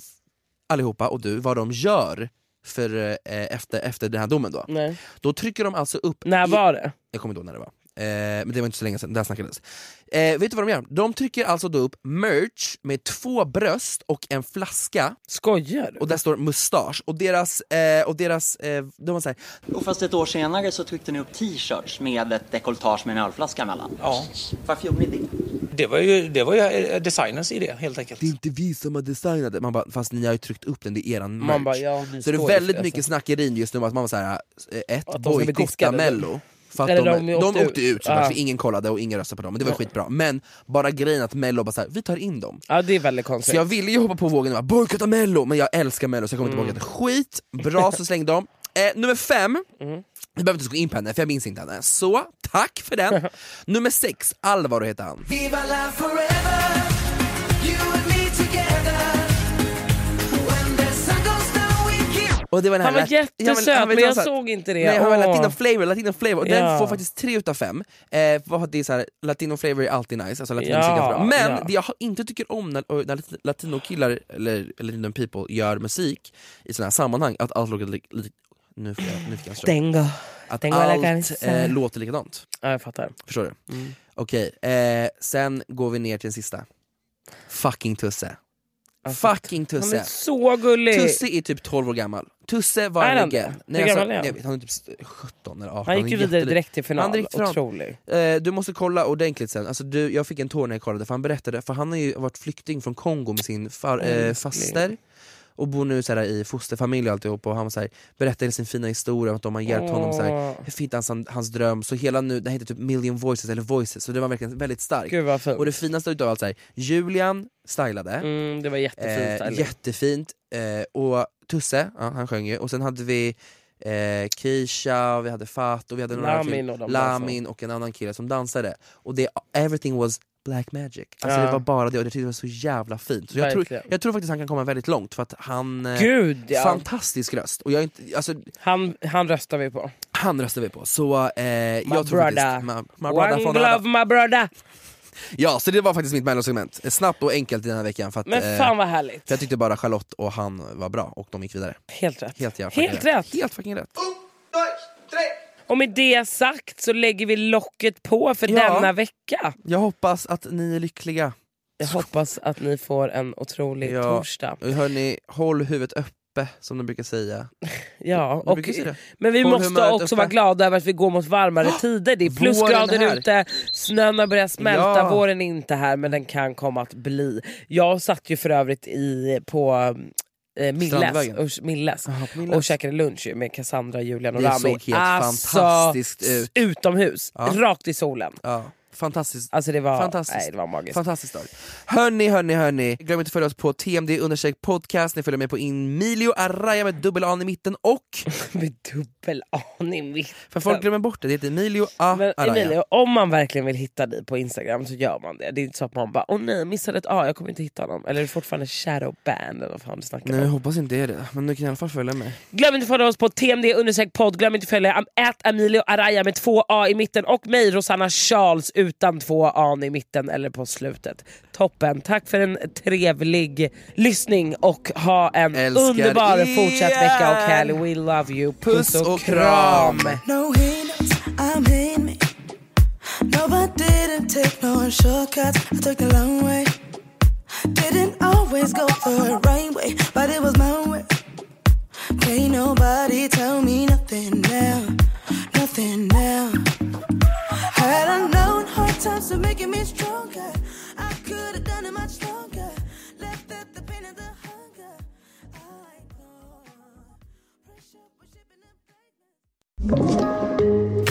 Speaker 3: allihopa och du vad de gör för, eh, efter, efter den här domen då?
Speaker 1: Nej.
Speaker 3: Då trycker de alltså upp...
Speaker 1: När
Speaker 3: i-
Speaker 1: var det?
Speaker 3: Jag kommer inte ihåg när det var. Eh, men det var inte så länge sedan, det här snackades. Eh, vet du vad de gör? De trycker alltså då upp merch med två bröst och en flaska.
Speaker 1: Skojar
Speaker 3: Och där står mustasch. Och deras... Eh, och deras eh, de var så här,
Speaker 11: Och fast ett år senare så tryckte ni upp t-shirts med ett dekolletage med en ölflaska emellan. Ja. Varför gjorde ni det?
Speaker 12: Det var ju, det var ju eh, designers idé helt enkelt.
Speaker 3: Det är inte vi som har designat det. Man bara, fast ni har ju tryckt upp den, det är eran
Speaker 12: Man
Speaker 3: merch.
Speaker 12: bara, ja, ni
Speaker 3: så det är
Speaker 12: står
Speaker 3: väldigt
Speaker 12: ju-
Speaker 3: mycket snackerin just nu om att man var såhär, eh, ett,
Speaker 12: de ska bli
Speaker 3: bojkotta
Speaker 12: diskade.
Speaker 3: mello. För att
Speaker 12: Eller
Speaker 3: de, de,
Speaker 12: de åkte
Speaker 3: åkte
Speaker 12: ut.
Speaker 3: ut såklart,
Speaker 12: Ah.
Speaker 3: för ingen kollade och ingen röstade på dem, men det var
Speaker 12: Ja.
Speaker 3: skitbra. Men bara grejen att mello bara såhär, vi tar in dem.
Speaker 1: Ja det är väldigt konstigt.
Speaker 3: Så jag ville ju hoppa på vågen och bara bojkotta mello, men jag älskar mello så jag kommer inte
Speaker 1: Mm.
Speaker 3: bojkotta skit. Bra så släng dem. Eh, nummer fem,
Speaker 1: Mm.
Speaker 3: vi behöver inte gå in på henne för jag minns inte henne. Så tack för
Speaker 1: <laughs>
Speaker 3: den. nummer sex, Alvaro heter han.
Speaker 13: Viva la forever, you and me together. When the sun goes down, we keep.
Speaker 3: Och det var den här
Speaker 1: Han var
Speaker 3: lat- ja,
Speaker 1: jättesöt,
Speaker 3: han var
Speaker 1: men jag
Speaker 3: söt.
Speaker 1: såg inte det.
Speaker 3: Nej, han var
Speaker 1: Åh.
Speaker 3: latino flavor, latino flavor. Och
Speaker 1: Ja.
Speaker 3: den får faktiskt 3 utav 5. Eh, för att det är så här, latino flavor är alltid nice, alltså latino
Speaker 1: Ja,
Speaker 3: musik är bra. Men
Speaker 1: ja.
Speaker 3: det jag inte tycker om när, och när lat- latinokillar eller, eller latino people gör musik i sådana här sammanhang, att allt låter li- li- nu fick jag, nu fick jag stroke.
Speaker 1: Tengo.
Speaker 3: Att
Speaker 1: Tengo la
Speaker 3: allt
Speaker 1: canción.
Speaker 3: eh, låter likadant.
Speaker 1: Ja jag fattar.
Speaker 3: Förstår du?
Speaker 1: Mm.
Speaker 3: Okej, eh, sen går vi ner till den sista. Fucking Tusse. Fucking Tusse.
Speaker 1: Alltså, Han är så gullig.
Speaker 3: Tusse är typ 12 år gammal. Tusse var
Speaker 1: Är
Speaker 3: en
Speaker 1: han
Speaker 3: legend.
Speaker 1: det? Hur
Speaker 3: alltså,
Speaker 1: gammal är han?
Speaker 3: jag vet, han är typ 17 eller 18.
Speaker 1: Han gick ju
Speaker 3: är
Speaker 1: vidare
Speaker 3: jätteliten.
Speaker 1: direkt till final.
Speaker 3: Han direkt fram.
Speaker 1: Otrolig.
Speaker 3: Eh, du måste kolla ordentligt sen. Alltså, du, jag fick en tår när jag kollade, för han berättade, för han har ju varit flykting från Kongo med sin far, eh,
Speaker 1: Älskling.
Speaker 3: faster och bor nu så här, i fosterfamilj och alltihop och han så här, berättade sin fina historia om att de har hjälpt honom så här,
Speaker 1: Åh.
Speaker 3: hur fint hans, hans dröm, så hela nu, det heter typ million voices eller voices, så det var verkligen väldigt starkt.
Speaker 1: Gud vad fint.
Speaker 3: Och det finaste utav allt, så här, Julian stylade,
Speaker 1: Mm, det var jättefint
Speaker 3: eh,
Speaker 1: styling.
Speaker 3: jättefint. Eh, och Tusse, ja, han sjöng ju, och sen hade vi eh, Keisha, och vi hade Fat och vi hade några andra
Speaker 1: Lamin
Speaker 3: kul-
Speaker 1: och de
Speaker 3: Lamin och en annan kille som dansade. Och det, everything was black magic. Alltså
Speaker 1: Ja.
Speaker 3: det var bara det och jag tyckte det var så jävla fint. Så jag, tror,
Speaker 1: Verkligen.
Speaker 3: jag tror faktiskt han kan komma väldigt långt för att han... eh,
Speaker 1: Gud, ja.
Speaker 3: Fantastisk röst. Och jag är inte, alltså,
Speaker 1: han, han röstar vi på.
Speaker 3: Han röstar vi på. Så eh, jag tror
Speaker 1: brother.
Speaker 3: faktiskt... My, my brother
Speaker 1: One
Speaker 3: from
Speaker 1: glove
Speaker 3: another.
Speaker 1: my brother.
Speaker 3: Ja, så det var faktiskt mitt mellosegment. Snabbt och enkelt i den här veckan. För att, eh,
Speaker 1: Men fan vad härligt.
Speaker 3: för jag tyckte bara Charlotte och han var bra och de gick vidare.
Speaker 1: Helt rätt.
Speaker 3: Helt, jävla
Speaker 1: Helt
Speaker 3: fucking
Speaker 1: rätt.
Speaker 3: Helt fucking rätt.
Speaker 1: Och med det sagt så lägger vi locket på för
Speaker 3: Ja.
Speaker 1: denna vecka.
Speaker 3: Jag hoppas att ni är lyckliga.
Speaker 1: Jag hoppas att ni får en otrolig torsdag.
Speaker 3: och Hörni, håll huvudet uppe som de brukar säga.
Speaker 1: Ja,
Speaker 3: De
Speaker 1: och,
Speaker 3: brukar säga det.
Speaker 1: men vi
Speaker 3: Håll
Speaker 1: måste
Speaker 3: humöret
Speaker 1: också
Speaker 3: uppe.
Speaker 1: vara glada över att vi går mot
Speaker 3: <gasps>
Speaker 1: varmare tider. Det är
Speaker 3: Våren är här.
Speaker 1: plusgrader ute, snön har börjat smälta,
Speaker 3: Ja.
Speaker 1: våren är inte här men den kan komma att bli. Jag satt ju för övrigt i, på eh, Milles,
Speaker 3: Strandvägen.
Speaker 1: och, Milles,
Speaker 3: Milles.
Speaker 1: och käkade lunch ju med Cassandra, Julian och
Speaker 3: Det
Speaker 1: Rami.
Speaker 3: såg helt
Speaker 1: Alltså,
Speaker 3: fantastiskt ut.
Speaker 1: Utomhus,
Speaker 3: Ja.
Speaker 1: rakt i solen.
Speaker 3: Ja. Fantastiskt.
Speaker 1: Alltså det var,
Speaker 3: Fantastiskt.
Speaker 1: Nej, det var magiskt.
Speaker 3: Fantastisk dag. Hörni, hörni, hörni. Glöm inte att följa oss på TMD understreck podcast. Ni följer mig på Emilio Araya med dubbel A i mitten
Speaker 1: <laughs>
Speaker 3: och...
Speaker 1: <laughs> med dubbel A i mitten.
Speaker 3: För folk glömmer bort det, det heter Emilio A.
Speaker 1: Men
Speaker 3: Araya.
Speaker 1: Emilia, om man verkligen vill hitta dig på Instagram så gör man det. Det är inte så att man bara åh nej, jag missade ett A, jag kommer inte hitta honom. Eller är det fortfarande shadowband eller vad fan du snackar
Speaker 3: Nej, jag
Speaker 1: om.
Speaker 3: hoppas inte det är det. Men du kan i alla fall följa mig.
Speaker 1: Glöm inte att följa oss på TMD understreck podd. Glöm inte att följa am- ät Emilio Araya med två A i mitten och mig Rosanna Charles utan två A i mitten eller på slutet. Toppen, tack för en trevlig lyssning och ha en
Speaker 13: Älskar
Speaker 1: underbar fortsatt
Speaker 13: er.
Speaker 1: vecka och helg. We love you. Puss,
Speaker 13: Puss och
Speaker 1: och kram.
Speaker 13: No hate, I'm hating me. No, I didn't take no shortcuts. I took the long way. Didn't always go the right way, but it was my way. Can't nobody tell me nothing now, nothing now. Had I known hard times were making me stronger, I could have done it much longer. Left at the pain and the hunger. I know. Pressure was shipping up.